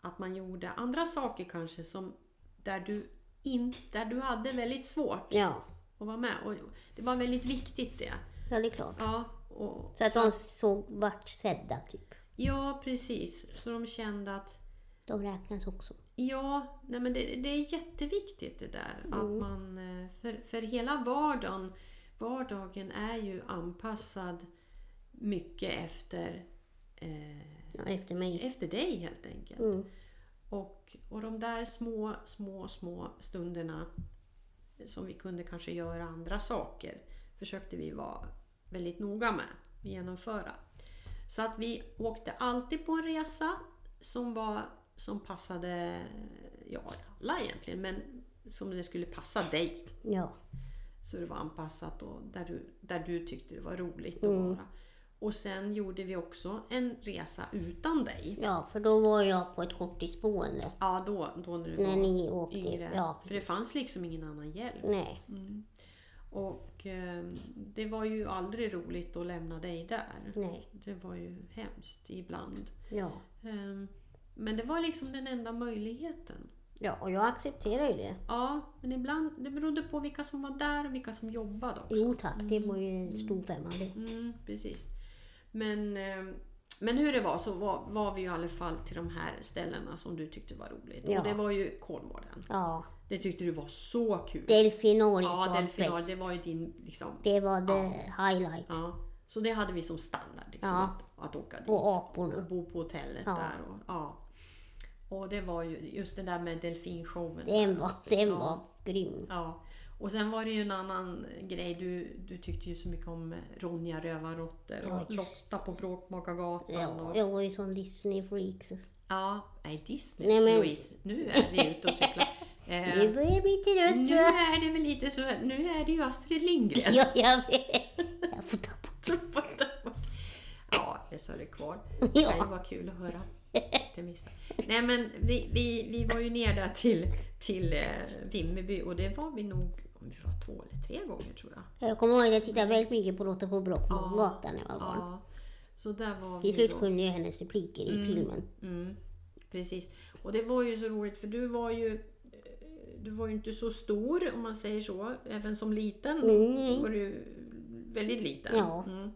Speaker 2: att man gjorde andra saker kanske som där du, in, där du hade väldigt svårt
Speaker 1: Ja.
Speaker 2: att vara med. Och det var väldigt viktigt det.
Speaker 1: ja, det är klart.
Speaker 2: Ja, och,
Speaker 1: Så att de såg, vart sedda, typ.
Speaker 2: ja precis. Så de kände att
Speaker 1: De räknas också.
Speaker 2: Ja, nej men det, det är jätteviktigt det där. Att man, eh, för, för hela vardagen, vardagen är ju anpassad mycket efter, eh,
Speaker 1: Ja, efter mig.
Speaker 2: efter dig helt enkelt.
Speaker 1: Mm.
Speaker 2: Och, och de där små, små, små stunderna som vi kunde kanske göra andra saker försökte vi vara väldigt noga med att genomföra. Så att vi åkte alltid på en resa som, var, som passade ja, alla egentligen, men som det skulle passa dig.
Speaker 1: Ja.
Speaker 2: Så det var anpassat då, där, du, där du tyckte det var roligt att vara. Och sen gjorde vi också en resa utan dig.
Speaker 1: ja, för då var jag på ett korttidsboende.
Speaker 2: Ja, då, då när du
Speaker 1: När
Speaker 2: var
Speaker 1: ni åkte.
Speaker 2: yngre.
Speaker 1: Ja, Mm.
Speaker 2: för det fanns liksom ingen annan hjälp.
Speaker 1: Nej.
Speaker 2: Och eh, det var ju aldrig roligt att lämna dig där.
Speaker 1: Nej.
Speaker 2: Det var ju hemskt ibland.
Speaker 1: Ja.
Speaker 2: Eh, men det var liksom den enda möjligheten.
Speaker 1: ja, och jag accepterar ju det.
Speaker 2: Ja, men ibland, det berodde på vilka som var där och vilka som jobbade också.
Speaker 1: Jo tack, Mm. det var ju en stor femma det.
Speaker 2: Mm, precis. Men, eh, men hur det var så var, var vi ju i alla fall till de här ställena som du tyckte var roligt.
Speaker 1: Ja.
Speaker 2: Och det var ju Kolmården.
Speaker 1: Ja,
Speaker 2: Det tyckte du var så kul.
Speaker 1: delfinariet
Speaker 2: Ja,
Speaker 1: var
Speaker 2: delfinal,
Speaker 1: bäst.
Speaker 2: det var ju din liksom...
Speaker 1: det var the highlight.
Speaker 2: Ja. Så det hade vi som standard, liksom,
Speaker 1: Ja.
Speaker 2: att, att åka dit
Speaker 1: Och
Speaker 2: och
Speaker 1: aporna.
Speaker 2: bo på hotellet
Speaker 1: Ja.
Speaker 2: där. Och, ja. och det var ju just den där med delfinshowen.
Speaker 1: Den var, den
Speaker 2: Ja.
Speaker 1: var grym.
Speaker 2: Ja. Och sen var det ju en annan grej, du, du tyckte ju så mycket om Ronja Rövardotter
Speaker 1: Ja,
Speaker 2: och
Speaker 1: just
Speaker 2: Lotta på Bråkmakargatan.
Speaker 1: Ja,
Speaker 2: och,
Speaker 1: jag var ju sån Disney-freak. så-
Speaker 2: ja, nej Disney
Speaker 1: Nej, men-
Speaker 2: Louise, nu är vi ute
Speaker 1: *laughs*
Speaker 2: och cyklar. Eh,
Speaker 1: Nu börjar jag bli lite rött
Speaker 2: nu
Speaker 1: tror jag.
Speaker 2: är det väl lite så, här- nu är det ju Astrid Lindgren.
Speaker 1: Ja, jag vet. Jag får ta på.
Speaker 2: Ja, det sa det kvar.
Speaker 1: Ja.
Speaker 2: Det var kul att höra. Inte missa. Nej men vi, vi, vi var ju ner där till, till eh, Vimmerby och det var vi nog om vi var två eller tre gånger tror jag.
Speaker 1: Jag kommer ihåg att jag tittade väldigt mycket på Lotta på Brottmålgatan när jag var barn.
Speaker 2: Ja. Så där var
Speaker 1: Till
Speaker 2: vi
Speaker 1: slut
Speaker 2: då.
Speaker 1: kunde jag hennes repliker i filmen.
Speaker 2: Mm, precis. Och det var ju så roligt för du var ju eh, du var ju inte så stor om man säger så. Även som liten
Speaker 1: Mm.
Speaker 2: var du väldigt liten.
Speaker 1: Ja.
Speaker 2: Mm.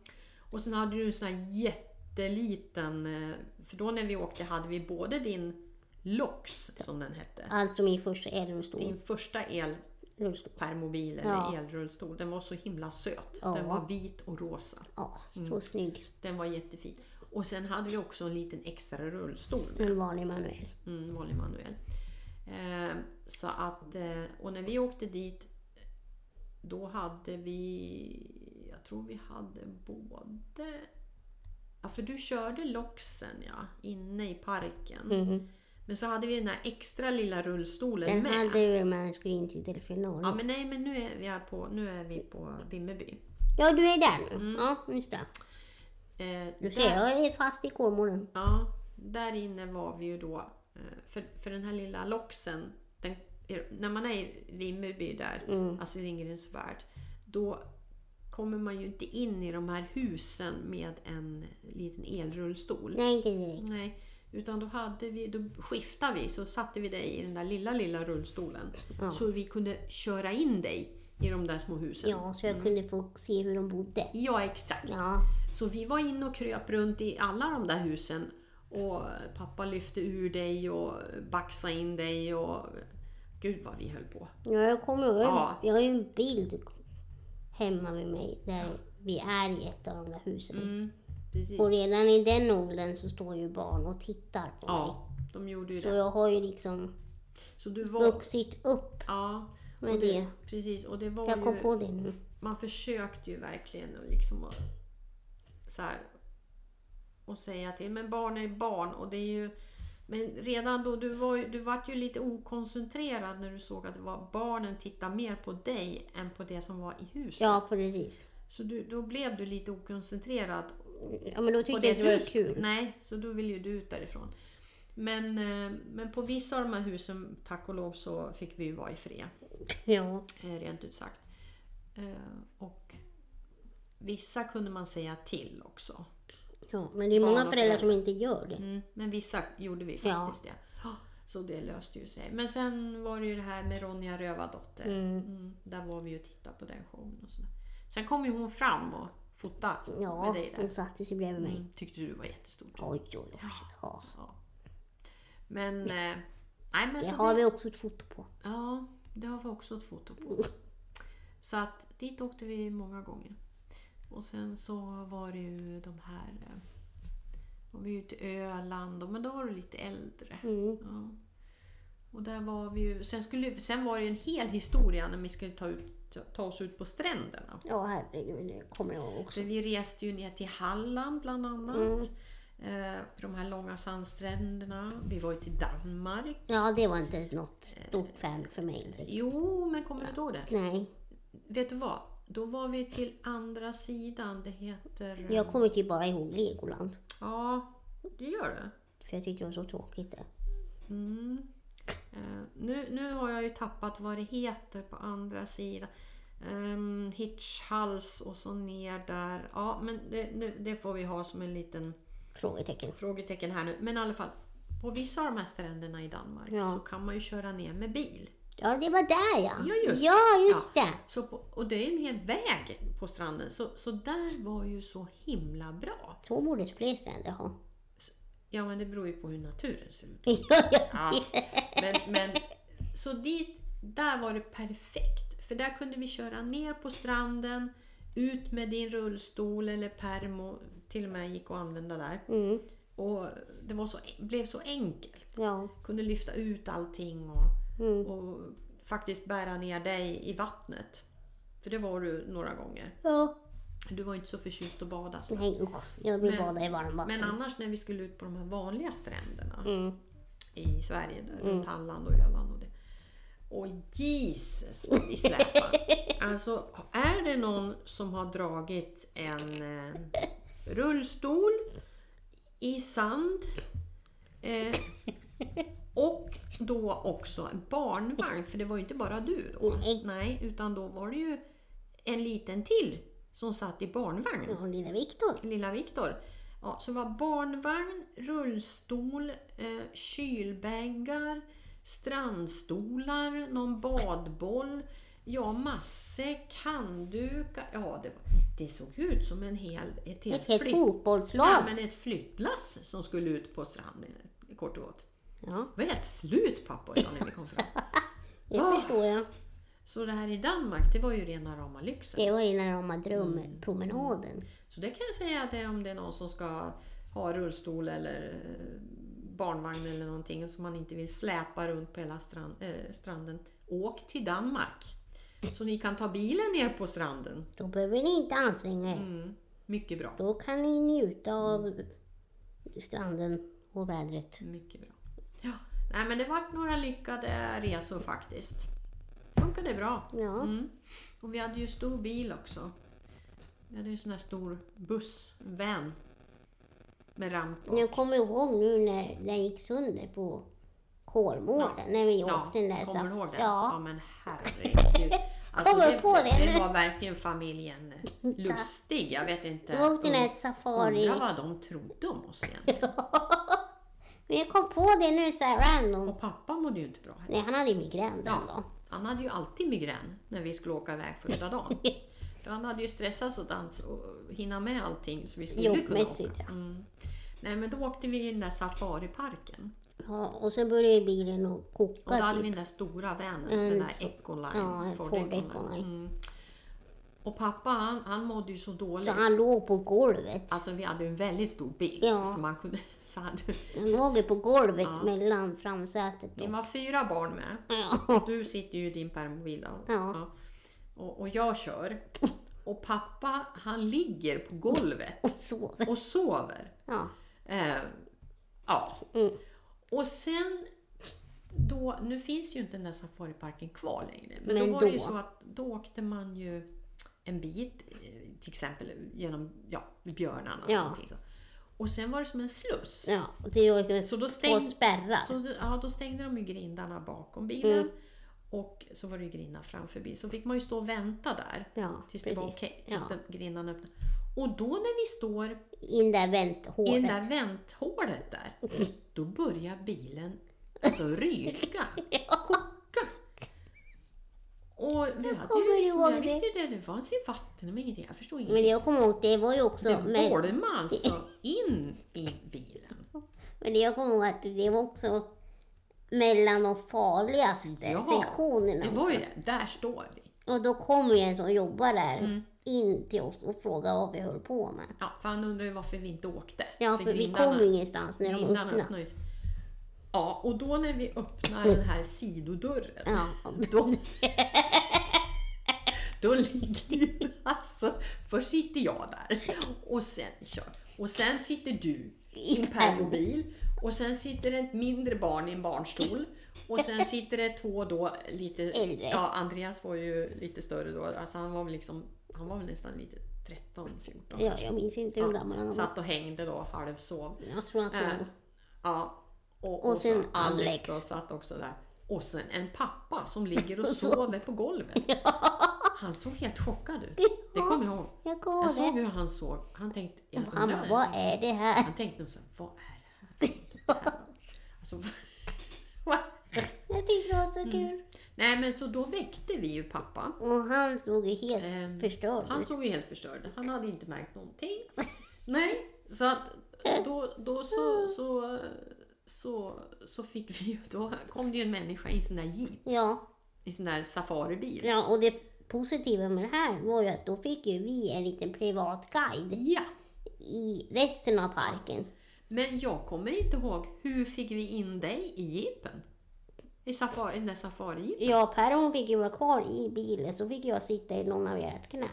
Speaker 2: Och sen hade du en sån här jätteliten, eh, för då när vi åkte hade vi både din LOX som den hette,
Speaker 1: Alltså min första äldre stor.
Speaker 2: din första el
Speaker 1: rullstol.
Speaker 2: permobil eller
Speaker 1: Ja.
Speaker 2: elrullstol. Den var så himla söt.
Speaker 1: Ja.
Speaker 2: Den var vit och rosa.
Speaker 1: Ja,
Speaker 2: Mm.
Speaker 1: så snygg.
Speaker 2: Den var jättefin. Och sen hade vi också en liten extra rullstol.
Speaker 1: En vanlig manuell.
Speaker 2: Mm, vanlig manuell. Eh, så att, eh, och när vi åkte dit då hade vi, jag tror vi hade både, ja för du körde Loxen ja, inne i parken.
Speaker 1: Mhm.
Speaker 2: Men så hade vi den här extra lilla rullstolen
Speaker 1: Den
Speaker 2: med.
Speaker 1: hade vi men skulle inte till finalen.
Speaker 2: Ja
Speaker 1: Ja,
Speaker 2: men nej men nu är vi, här på, nu är vi på Vimmerby.
Speaker 1: du är där nu.
Speaker 2: Mm.
Speaker 1: Ja, just det.
Speaker 2: Eh,
Speaker 1: Du
Speaker 2: där-
Speaker 1: ser, jag är fast i Kolmården.
Speaker 2: Ja, där inne var vi ju då, eh, för, för den här lilla loxen, den, när man är i Vimmerby där,
Speaker 1: Mm.
Speaker 2: Astrid Lindgrens Värld, då kommer man ju inte in i de här husen med en liten elrullstol.
Speaker 1: Nej, inte direkt.
Speaker 2: Nej, utan då, hade vi, då skiftade vi, så satte vi dig i den där lilla, lilla rullstolen.
Speaker 1: Ja.
Speaker 2: Så vi kunde köra in dig i de där små husen.
Speaker 1: Ja, så jag kunde få se hur de bodde.
Speaker 2: Mm. Ja, exakt.
Speaker 1: Ja,
Speaker 2: Så vi var inne och kröp runt i alla de där husen och pappa lyfte ur dig och baxade in dig och gud vad vi höll på.
Speaker 1: ja jag kommer ihåg.
Speaker 2: Ja.
Speaker 1: Jag har ju en bild hemma vid mig där vi är i ett av de där husen.
Speaker 2: Mm, precis.
Speaker 1: Och redan i den åldern så står ju barn och tittar på mig.
Speaker 2: Ja, de gjorde ju
Speaker 1: Så
Speaker 2: det.
Speaker 1: jag har ju liksom
Speaker 2: Så du var...
Speaker 1: vuxit upp
Speaker 2: Ja,
Speaker 1: med
Speaker 2: och
Speaker 1: det.
Speaker 2: Precis, och det var
Speaker 1: Jag kom
Speaker 2: ju...
Speaker 1: på det nu.
Speaker 2: Man försökte ju verkligen och liksom att, så här, och säga till, men barn är ju barn och det är ju... Men redan då, du var ju, du vart ju lite okoncentrerad när du såg att det var barnen tittade mer på dig än på det som var i huset.
Speaker 1: Ja, precis.
Speaker 2: Så du, då blev du lite okoncentrerad.
Speaker 1: Ja, men då
Speaker 2: på
Speaker 1: tyckte jag att det var kul.
Speaker 2: Nej, så då ville ju du ut därifrån. Men, eh, men på vissa av de här husen, tack och lov, så fick vi ju vara i fred.
Speaker 1: Ja,
Speaker 2: eh, Rent ut sagt. Eh, Och vissa kunde man säga till också.
Speaker 1: ja, men det är många
Speaker 2: Barn och
Speaker 1: föräldrar som
Speaker 2: föräldrar.
Speaker 1: inte gör det.
Speaker 2: Mm, men vissa gjorde vi
Speaker 1: Ja.
Speaker 2: faktiskt det. Så det löste ju sig. Men sen var det ju det här med Ronja Rövardotter.
Speaker 1: Mm.
Speaker 2: Mm, där var vi ju och tittade på den showen och sådär. Sen kom ju hon fram och fotade
Speaker 1: Ja,
Speaker 2: med dig där.
Speaker 1: hon satte sig bredvid mig.
Speaker 2: Mm, tyckte du var jättestort.
Speaker 1: Oj, oj, oj. Ja.
Speaker 2: Ja. Men... Eh, nej, men
Speaker 1: Det
Speaker 2: så
Speaker 1: har
Speaker 2: det,
Speaker 1: vi också ett foto på.
Speaker 2: Ja, det har vi också ett foto på.
Speaker 1: Mm.
Speaker 2: Så att dit åkte vi många gånger. Och sen så var det ju de här... eh, Var vi ju till Öland, och- men då var du lite äldre.
Speaker 1: Mm.
Speaker 2: Ja. Och där var vi ju... Sen, skulle, sen var det ju en hel historia när vi skulle ta, ut, ta oss ut på stränderna.
Speaker 1: Ja, herregud, det kommer jag ihåg också.
Speaker 2: För vi reste ju ner till Halland bland annat.
Speaker 1: Mm.
Speaker 2: Eh, på de här långa sandstränderna. Vi var ju till Danmark.
Speaker 1: Ja, det var inte något stort fan för mig direkt.
Speaker 2: Eh, Jo, Mm. men kommer du inte ihåg det?
Speaker 1: Nej,
Speaker 2: Vet du vad? Då var vi till andra sidan. Det heter... eh,
Speaker 1: jag kommer typ bara ihåg Legoland.
Speaker 2: Ja, det gör det.
Speaker 1: För jag tyckte det var så tråkigt det.
Speaker 2: Mm. Eh, nu, nu har jag ju tappat vad det heter på andra sidan. Um, Hitchhals och så ner där. Ja, men det, nu- det får vi ha som en liten...
Speaker 1: Frågetecken.
Speaker 2: frågetecken här nu. Men i alla fall, på vissa av de här stränderna i Danmark
Speaker 1: Ja.
Speaker 2: så kan man ju köra ner med bil.
Speaker 1: Ja, det var där ja!
Speaker 2: Ja, just det.
Speaker 1: ja, just det!
Speaker 2: Så på, och det är en hel väg på stranden. Så, så där var ju så himla bra.
Speaker 1: Så borde fler stränder ha.
Speaker 2: Ja men det beror ju på hur naturen ser ut.
Speaker 1: *laughs* Ja, ja.
Speaker 2: Ja. Men, men, så dit, där var det perfekt. För där kunde vi köra ner på stranden, ut med din rullstol eller permo, till och med gick att använda där.
Speaker 1: Mm,
Speaker 2: Och det var så, blev så enkelt.
Speaker 1: ja.
Speaker 2: Kunde lyfta ut allting och
Speaker 1: Mm.
Speaker 2: och faktiskt bära ner dig i vattnet. För det var du några gånger.
Speaker 1: ja.
Speaker 2: Du var ju inte så förtjust att bada. Så.
Speaker 1: Nej usch, jag vill
Speaker 2: Men-
Speaker 1: bada i varmvatten.
Speaker 2: Men annars när vi skulle ut på de här vanliga stränderna
Speaker 1: Mm.
Speaker 2: i Sverige, där, runt Halland och Öland och det. Och Jesus vad vi släpar! alltså, är det någon som har dragit en eh, rullstol i sand eh, och då också en barnvagn, för det var ju inte bara du då.
Speaker 1: Nej.
Speaker 2: utan då var det ju en liten till som satt i barnvagn
Speaker 1: Ja, lilla Viktor.
Speaker 2: lilla Viktor. Ja, så det var barnvagn, rullstol, eh, kylbäggar, strandstolar, någon badboll, ja masse handdukar. Ja, det, var, det såg ut som en hel, ett helt,
Speaker 1: Ett helt
Speaker 2: flytt-
Speaker 1: fotbollslag.
Speaker 2: ja, men ett flyttlass som skulle ut på stranden kort och gott.
Speaker 1: Ja, *laughs*
Speaker 2: Vi var helt slut pappa och jag när vi kom fram.
Speaker 1: det
Speaker 2: Ah.
Speaker 1: förstår jag.
Speaker 2: Så det här i Danmark, det var ju rena rama lyxen.
Speaker 1: Det var ju när de hade
Speaker 2: Mm.
Speaker 1: drömpromenaden.
Speaker 2: Så det kan jag säga att det är om det är någon som ska ha rullstol eller eh, barnvagn eller någonting som man inte vill släpa runt på hela strand, eh, stranden. Åk till Danmark! Så ni kan ta bilen ner på stranden.
Speaker 1: Då behöver ni inte anstränga er.
Speaker 2: Mm, mycket bra.
Speaker 1: Då kan ni njuta av stranden och vädret.
Speaker 2: Mycket bra. Ja. Nej men det vart några lyckade resor faktiskt. Funkade bra.
Speaker 1: Ja,
Speaker 2: Mm. Och vi hade ju stor bil också. Vi hade ju sån här stor buss, van. Med ramp och...
Speaker 1: jag kommer ihåg nu när den gick sönder på Kolmården, när vi åkte den där
Speaker 2: kommer du ihåg det? Ja.
Speaker 1: Ja,
Speaker 2: men herregud. Alltså,
Speaker 1: Kommer
Speaker 2: det,
Speaker 1: på det
Speaker 2: det
Speaker 1: nu.
Speaker 2: var verkligen familjen Lustig. Jag vet inte.
Speaker 1: vi åkte den där safari.
Speaker 2: Undrar vad de trodde om oss egentligen.
Speaker 1: Men jag kom på det nu så här random.
Speaker 2: Och pappa mådde ju inte bra heller.
Speaker 1: Nej, han hade ju migrän den
Speaker 2: Ja.
Speaker 1: dagen.
Speaker 2: Han hade ju alltid migrän när vi skulle åka iväg
Speaker 1: *laughs*
Speaker 2: första dagen. För han hade ju stressat så att han och hinna med allting så vi skulle kunna
Speaker 1: Jobbmässigt,
Speaker 2: åka. Mm. Nej men då åkte vi i den där safariparken.
Speaker 1: Ja, och sen började bilen att
Speaker 2: Och då
Speaker 1: koka.
Speaker 2: hade vi
Speaker 1: Typ.
Speaker 2: den där stora vännen,
Speaker 1: Mm,
Speaker 2: den där
Speaker 1: så-
Speaker 2: Ecoline.
Speaker 1: ja, en Ford
Speaker 2: Ecoline.
Speaker 1: Ecoline.
Speaker 2: Mm. Och pappa han, han mådde ju så dåligt.
Speaker 1: Så han låg på golvet.
Speaker 2: Alltså vi hade ju en väldigt stor bil.
Speaker 1: Ja.
Speaker 2: Så man kunde, *laughs* så hade,
Speaker 1: Han låg ju på golvet
Speaker 2: Ja.
Speaker 1: mellan framsätet
Speaker 2: det
Speaker 1: och...
Speaker 2: var fyra barn med.
Speaker 1: Ja.
Speaker 2: Du sitter ju i din permobil
Speaker 1: *laughs*
Speaker 2: då.
Speaker 1: Ja.
Speaker 2: Och, och jag kör. Och pappa han ligger på golvet
Speaker 1: Och sov.
Speaker 2: och sover.
Speaker 1: Ja.
Speaker 2: Eh, ja.
Speaker 1: Mm.
Speaker 2: Och sen då, nu finns ju inte den där safariparken kvar längre. Men,
Speaker 1: Men
Speaker 2: då var det ju
Speaker 1: då?
Speaker 2: så att då åkte man ju en bit, eh, till exempel genom ja, björnarna.
Speaker 1: Ja.
Speaker 2: Och, så. och sen var det som en sluss.
Speaker 1: ja, och det var ju som ett
Speaker 2: Så då
Speaker 1: två
Speaker 2: stängde,
Speaker 1: spärrar.
Speaker 2: så, då- ja, då stängde de ju grindarna bakom bilen.
Speaker 1: Mm.
Speaker 2: Och så var det ju grindar framför bilen. Så fick man ju stå och vänta där.
Speaker 1: Ja,
Speaker 2: Tills det var
Speaker 1: precis.
Speaker 2: okej. tills
Speaker 1: Ja.
Speaker 2: det- grindarna öppnade. Och då när vi står
Speaker 1: I det där
Speaker 2: i
Speaker 1: vänthålet.
Speaker 2: det där vänthålet där,
Speaker 1: Mm.
Speaker 2: då börjar bilen
Speaker 1: *laughs*
Speaker 2: alltså ryka, koka. Och vi hade
Speaker 1: kommer
Speaker 2: ju liksom,
Speaker 1: ihåg
Speaker 2: jag
Speaker 1: det.
Speaker 2: visste ju det, det fanns ju vatten men ingenting, jag förstod
Speaker 1: Men
Speaker 2: ingenting.
Speaker 1: det jag kommer ihåg, det var ju också...
Speaker 2: Det
Speaker 1: men,
Speaker 2: bolmade alltså in i bilen.
Speaker 1: men det jag kommer ihåg att det var också mellan de farligaste
Speaker 2: Ja,
Speaker 1: sektionerna.
Speaker 2: Det var ju det, där står vi.
Speaker 1: Och då kom ju en som jobbar där
Speaker 2: Mm.
Speaker 1: in till oss och frågade vad vi höll på med.
Speaker 2: Ja, för han undrar ju varför vi inte åkte.
Speaker 1: Ja, för vi
Speaker 2: grindarna-
Speaker 1: kom ju ingenstans när de
Speaker 2: grindarna
Speaker 1: öppnade.
Speaker 2: öppnade ju sig. Ja, och då när vi öppnar den här sidodörren
Speaker 1: Mm. Ja, *laughs*
Speaker 2: Då, *laughs* då ligger ju alltså, först sitter jag där och sen kör. Och sen sitter du i en permobil och sen sitter ett mindre barn i en barnstol. Och sen sitter det två då lite
Speaker 1: Äldre.
Speaker 2: Ja, Andreas var ju lite större då. Alltså han var väl liksom, han var väl nästan lite 13, 14.
Speaker 1: ja, jag minns inte hur gammal han var.
Speaker 2: Satt och hängde då, halvsov.
Speaker 1: Jag tror han
Speaker 2: Eh,
Speaker 1: såg.
Speaker 2: ja. Och,
Speaker 1: Och
Speaker 2: och,
Speaker 1: sen
Speaker 2: så Alex,
Speaker 1: Alex.
Speaker 2: då satt också där. Och sen en pappa
Speaker 1: *laughs*
Speaker 2: som ligger och sover på golvet. Han såg helt chockad ut. Det kommer jag ihåg.
Speaker 1: Jag kommer
Speaker 2: Jag
Speaker 1: ihåg
Speaker 2: såg
Speaker 1: det.
Speaker 2: hur han såg. Han tänkte, jag
Speaker 1: Han bara,
Speaker 2: undrar-
Speaker 1: vad är det här?
Speaker 2: han tänkte nog så här, vad är det
Speaker 1: *laughs*
Speaker 2: här? Det här? Alltså, *laughs* vad-
Speaker 1: Jag tyckte det var
Speaker 2: Mm.
Speaker 1: så kul.
Speaker 2: Nej men så då väckte vi ju pappa.
Speaker 1: Och han såg ju helt
Speaker 2: Ehm,
Speaker 1: förstörd
Speaker 2: Han
Speaker 1: ut.
Speaker 2: såg ju helt förstörd Han hade inte märkt någonting. Nej, så att då, då så, så, så, så fick vi ju, då kom det ju en människa i sån där jeep,
Speaker 1: Ja,
Speaker 2: i sån där safaribil.
Speaker 1: ja, och det positiva med det här var ju att då fick ju vi en liten privat guide
Speaker 2: Ja,
Speaker 1: i resten av parken.
Speaker 2: men jag kommer inte ihåg, hur fick vi in dig i jeepen? I safari, i den där safari
Speaker 1: Jag och Per hon fick ju vara kvar i bilen så fick jag sitta i någon av ert knä.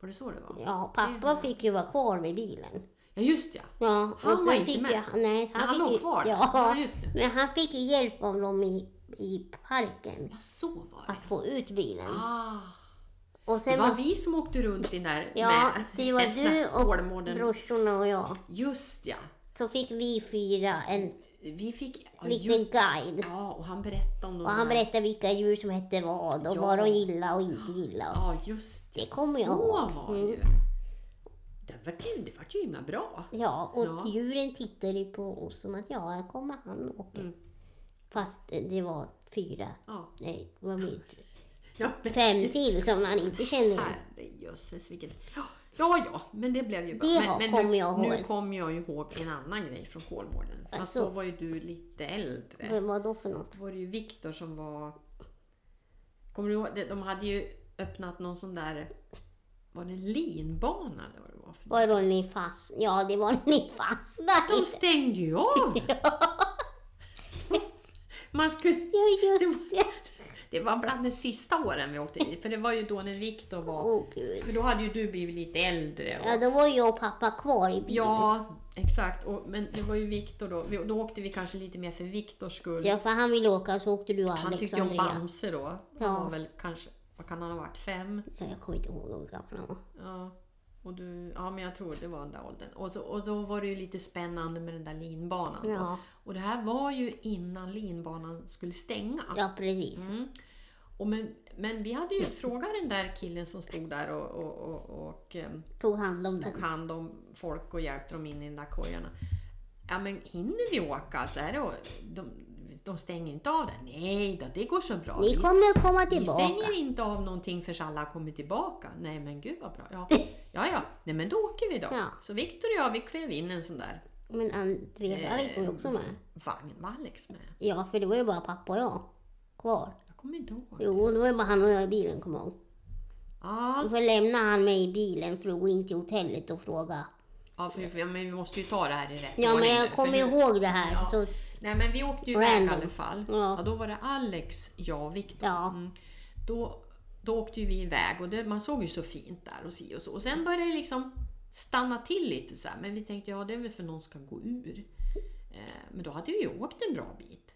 Speaker 2: Var det så det var?
Speaker 1: Ja, pappa fick ju vara kvar vid bilen.
Speaker 2: Ja, just ja.
Speaker 1: Ja,
Speaker 2: Ehm. Han
Speaker 1: och sen
Speaker 2: var inte
Speaker 1: fick
Speaker 2: med.
Speaker 1: Ju, nej, han,
Speaker 2: Men han
Speaker 1: fick
Speaker 2: låg
Speaker 1: ju,
Speaker 2: kvar där. Ja,
Speaker 1: Ja,
Speaker 2: just det.
Speaker 1: men han fick ju hjälp av dem i, i parken
Speaker 2: Ja, så var det.
Speaker 1: att få ut bilen.
Speaker 2: Ah,
Speaker 1: Och
Speaker 2: det
Speaker 1: sen
Speaker 2: var
Speaker 1: var-
Speaker 2: vi som åkte runt i den där
Speaker 1: Ja,
Speaker 2: med-
Speaker 1: det var
Speaker 2: en sån här
Speaker 1: du och
Speaker 2: Kolmården.
Speaker 1: brorsorna och jag.
Speaker 2: Just ja.
Speaker 1: Så fick vi fyra en
Speaker 2: Vi fick... Ja,
Speaker 1: liten
Speaker 2: just,
Speaker 1: guide.
Speaker 2: ja och han berättade om de
Speaker 1: Och han
Speaker 2: här-
Speaker 1: berättade vilka djur som hette vad och
Speaker 2: Ja.
Speaker 1: vad de gillade och inte gillade.
Speaker 2: Ja, just
Speaker 1: Det kommer jag
Speaker 2: Så
Speaker 1: ihåg. Mm.
Speaker 2: var det ju. Det var ju, det var ju himla bra.
Speaker 1: Ja, och
Speaker 2: Ja.
Speaker 1: djuren tittade ju på oss som att ja, här kommer han åka.
Speaker 2: Mm.
Speaker 1: Fast det var fyra,
Speaker 2: Ja.
Speaker 1: nej, det
Speaker 2: *laughs*
Speaker 1: var mer,
Speaker 2: ja men
Speaker 1: fem till som han inte kände igen.
Speaker 2: herrejösses vilket... Ja, ja, ja, men det blev ju bra.
Speaker 1: Det
Speaker 2: men,
Speaker 1: har-
Speaker 2: men
Speaker 1: kommer
Speaker 2: nu,
Speaker 1: jag
Speaker 2: nu
Speaker 1: ihåg.
Speaker 2: kom jag ju ihåg en annan grej från Kolmården. Fast
Speaker 1: Alltså. Mm.
Speaker 2: då var ju du lite äldre.
Speaker 1: Vad var då för något?
Speaker 2: Då var det ju Viktor som var... Kommer du ihåg? det? De hade ju öppnat någon sån där... Var det linbana eller vad det var? För
Speaker 1: Var
Speaker 2: något?
Speaker 1: hon ni fast? Ja, det var ni fast där.
Speaker 2: de stängde
Speaker 1: *laughs*
Speaker 2: ju av! Man skulle...
Speaker 1: Ja,
Speaker 2: *laughs*
Speaker 1: just det.
Speaker 2: Det var bland de sista åren vi åkte dit, för det var ju då när Viktor
Speaker 1: Åh
Speaker 2: var...
Speaker 1: gud.
Speaker 2: För då hade ju du blivit lite äldre. Och,
Speaker 1: Ja, då var jag och pappa kvar i bilen.
Speaker 2: Ja, exakt. Och, men det var ju Viktor då. Vi, då åkte vi kanske lite mer för Viktors skull.
Speaker 1: Ja, för han ville åka så åkte du och
Speaker 2: han
Speaker 1: Alex
Speaker 2: tyckte
Speaker 1: och
Speaker 2: ju om
Speaker 1: Andrea.
Speaker 2: Bamse då. Han
Speaker 1: Ja.
Speaker 2: var väl kanske, vad kan han ha varit, fem?
Speaker 1: Ja, jag kommer inte ihåg hur gammal han var.
Speaker 2: Ja. Och du, ja men jag tror det var den där åldern. Och, så, och då var det ju lite spännande med den där linbanan. då.
Speaker 1: Ja,
Speaker 2: Och det här var ju innan linbanan skulle stänga.
Speaker 1: ja precis.
Speaker 2: Mm. Och men, men vi hade ju frågat den där killen som stod där och, och, och, och ehm,
Speaker 1: Tog hand om
Speaker 2: tog
Speaker 1: den.
Speaker 2: hand om folk och hjälpte dem in i de där kojorna. Ja men hinner vi åka? Så här, och de, de stänger inte av den. Nej då, det går så bra.
Speaker 1: Ni
Speaker 2: Vi-
Speaker 1: kommer att komma
Speaker 2: vi
Speaker 1: tillbaka.
Speaker 2: stänger inte av någonting förrän alla har kommit tillbaka. Nej men gud vad bra.
Speaker 1: *laughs*
Speaker 2: Ja, ja, ja. Nej, men då åker vi då.
Speaker 1: Ja.
Speaker 2: Så Viktor och jag vi klev in i en sån där
Speaker 1: Men
Speaker 2: Eh.
Speaker 1: Andreas och Alex var ju också med.
Speaker 2: vagn. Var Alex med?
Speaker 1: Ja, för det var ju bara pappa och jag kvar.
Speaker 2: Jag kommer inte ihåg.
Speaker 1: Jo, det var ju bara han och jag i bilen, kommer jag ihåg.
Speaker 2: Ja,
Speaker 1: För lämnade han mig i bilen för att gå in till hotellet och fråga.
Speaker 2: ja, för, för, ja, men vi måste ju ta det här i rätt
Speaker 1: Ja, men
Speaker 2: ordning nu,
Speaker 1: jag
Speaker 2: för
Speaker 1: kommer
Speaker 2: nu-
Speaker 1: ihåg det här.
Speaker 2: Ja.
Speaker 1: Så,
Speaker 2: Nej men vi åkte ju iväg i
Speaker 1: Random.
Speaker 2: alla fall.
Speaker 1: Ja.
Speaker 2: Ja. då var det Alex, jag och Viktor.
Speaker 1: Ja.
Speaker 2: Mm. Då, då åkte ju vi iväg och det, man såg ju så fint där och si och så. Och sen började det liksom stanna till lite så här. Men vi tänkte ja det är väl för någon ska gå ur. Eh, men då hade vi ju åkt en bra bit.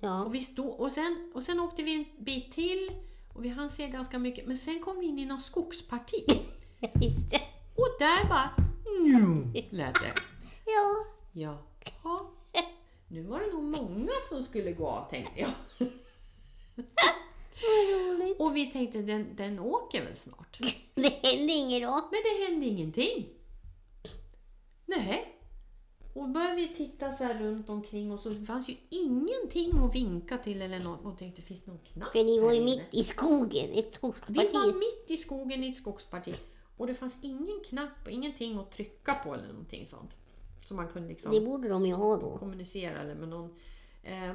Speaker 1: ja. *laughs*
Speaker 2: Och, vi stod, och, sen, och sen åkte vi en bit till och vi hann se ganska mycket. Men sen kom vi in i någon skogsparti.
Speaker 1: Just det.
Speaker 2: Och där bara... Nu lät det.
Speaker 1: Ja.
Speaker 2: Ja. ja. Nu var det nog många som skulle gå av tänkte jag.
Speaker 1: roligt.
Speaker 2: Och vi tänkte den, den åker väl snart.
Speaker 1: Det hände inget då.
Speaker 2: Men det hände ingenting. Nej. Och började vi titta så här runt omkring och så fanns ju ingenting att vinka till eller något. Och tänkte finns det någon knapp
Speaker 1: För ni var ju
Speaker 2: här inne?
Speaker 1: mitt i skogen, ett
Speaker 2: Vi var
Speaker 1: skogsparti.
Speaker 2: mitt i skogen i ett skogsparti. Och det fanns ingen knapp och ingenting att trycka på eller någonting sånt. Så man kunde liksom...
Speaker 1: Det borde de ju ha då.
Speaker 2: kommunicera eller med någon. Eh,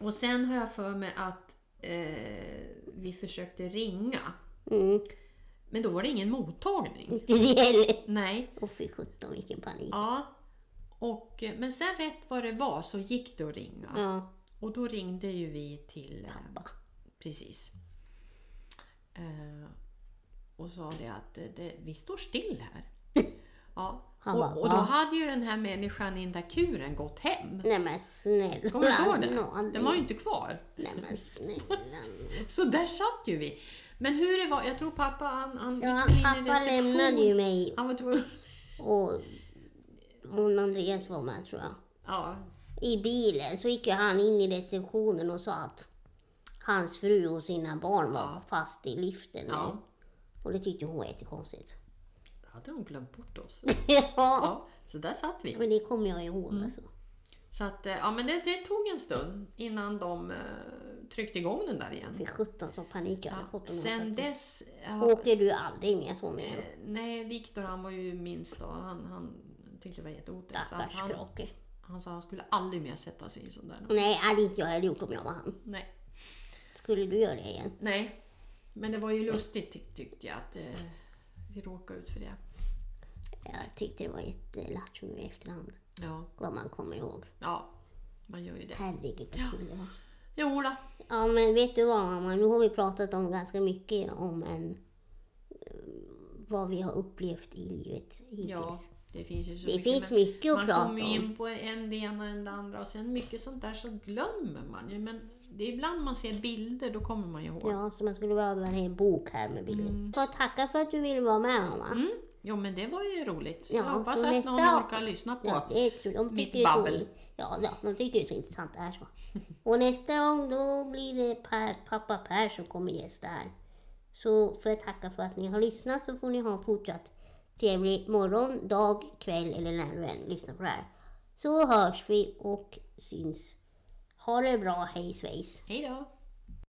Speaker 2: och sen har jag för mig att eh, vi försökte ringa,
Speaker 1: Mm.
Speaker 2: men då var det ingen mottagning.
Speaker 1: Inte det heller.
Speaker 2: Nej.
Speaker 1: Åh fy sjutton vilken panik.
Speaker 2: Ja. Och, eh, men sen rätt vad det var så gick det att ringa.
Speaker 1: Ja,
Speaker 2: Och då ringde ju vi till... Eh,
Speaker 1: Mm. pappa.
Speaker 2: precis. Eh, och sa det att eh, det, vi står still
Speaker 1: *laughs*
Speaker 2: här. Ja.
Speaker 1: Han bara,
Speaker 2: Och, och då
Speaker 1: "Va?"
Speaker 2: hade ju den här människan i den där kuren gått hem.
Speaker 1: Nej men snälla.
Speaker 2: Kommer du ihåg det?
Speaker 1: nån.
Speaker 2: Den var ju inte kvar.
Speaker 1: Nej men snälla.
Speaker 2: Så där satt ju vi. Men hur det var, jag tror pappa han, han
Speaker 1: Ja,
Speaker 2: gick väl in i
Speaker 1: pappa
Speaker 2: reception.
Speaker 1: lämnade ju mig
Speaker 2: Han var tvungen... *laughs*
Speaker 1: och hon Andreas var med tror jag.
Speaker 2: Ja,
Speaker 1: I bilen så gick ju han in i receptionen och sa att hans fru och sina barn var
Speaker 2: Ja.
Speaker 1: fast i liften.
Speaker 2: ja.
Speaker 1: Och det tyckte hon var jättekonstigt. *laughs*
Speaker 2: Hade de glömt bort oss?
Speaker 1: ja.
Speaker 2: Ja, så där satt vi.
Speaker 1: Men det kommer jag ihåg
Speaker 2: Mm.
Speaker 1: alltså.
Speaker 2: Så att, eh, ja men det, det tog en stund innan de eh, tryckte igång den där igen.
Speaker 1: Fy sjutton så panik jag hade
Speaker 2: Ja,
Speaker 1: fått om jag
Speaker 2: sen
Speaker 1: satt.
Speaker 2: dess... ja,
Speaker 1: Åker du aldrig mer så med
Speaker 2: eh, Nej, Viktor han var ju minst då. Han, han tyckte det var jätteotäckt. så att
Speaker 1: stackars Mm.
Speaker 2: Han,
Speaker 1: krake?
Speaker 2: han sa att han skulle aldrig mer sätta sig i sån där.
Speaker 1: Nej, hade inte jag hade gjort om jag var han.
Speaker 2: Nej.
Speaker 1: Skulle du göra det igen?
Speaker 2: Nej, men det var ju lustigt tyck, tyckte jag att eh, vi råkade ut för det.
Speaker 1: Jag tyckte det var jättelattjo nu i efterhand.
Speaker 2: Ja,
Speaker 1: Vad man kommer ihåg.
Speaker 2: ja, man gör ju det.
Speaker 1: Herregud vad kul det var.
Speaker 2: Jo då.
Speaker 1: Ja men vet du vad mamma, nu har vi pratat om ganska mycket om en, eh, vad vi har upplevt i livet hittills.
Speaker 2: Ja, det finns ju så
Speaker 1: det
Speaker 2: mycket.
Speaker 1: finns
Speaker 2: men
Speaker 1: mycket att
Speaker 2: man
Speaker 1: prata
Speaker 2: kommer
Speaker 1: om.
Speaker 2: ju in på en det ena och en det andra och sen mycket sånt där så glömmer man ju. Men det är ibland man ser bilder, då kommer man ju ihåg.
Speaker 1: Ja, så man skulle behöva en hel bok här med bilder. Så tacka för att du ville vara med mamma.
Speaker 2: Mm. Jo men det var ju roligt.
Speaker 1: Ja,
Speaker 2: jag hoppas
Speaker 1: så
Speaker 2: att
Speaker 1: nästa
Speaker 2: någon
Speaker 1: år-
Speaker 2: orkar lyssna på.
Speaker 1: Ja, det tror, de
Speaker 2: Mitt
Speaker 1: tycker det är så,
Speaker 2: babbel.
Speaker 1: ja, ja, de tycker det är så intressant det här så. Och nästa gång då blir det per, pappa Per som kommer gästa här. Så får jag tacka för att ni har lyssnat så får ni ha en fortsatt trevlig morgon, dag, kväll eller när du än lyssnar på det här. Så hörs vi och syns. Ha det bra, hej svejs!
Speaker 2: Hej då!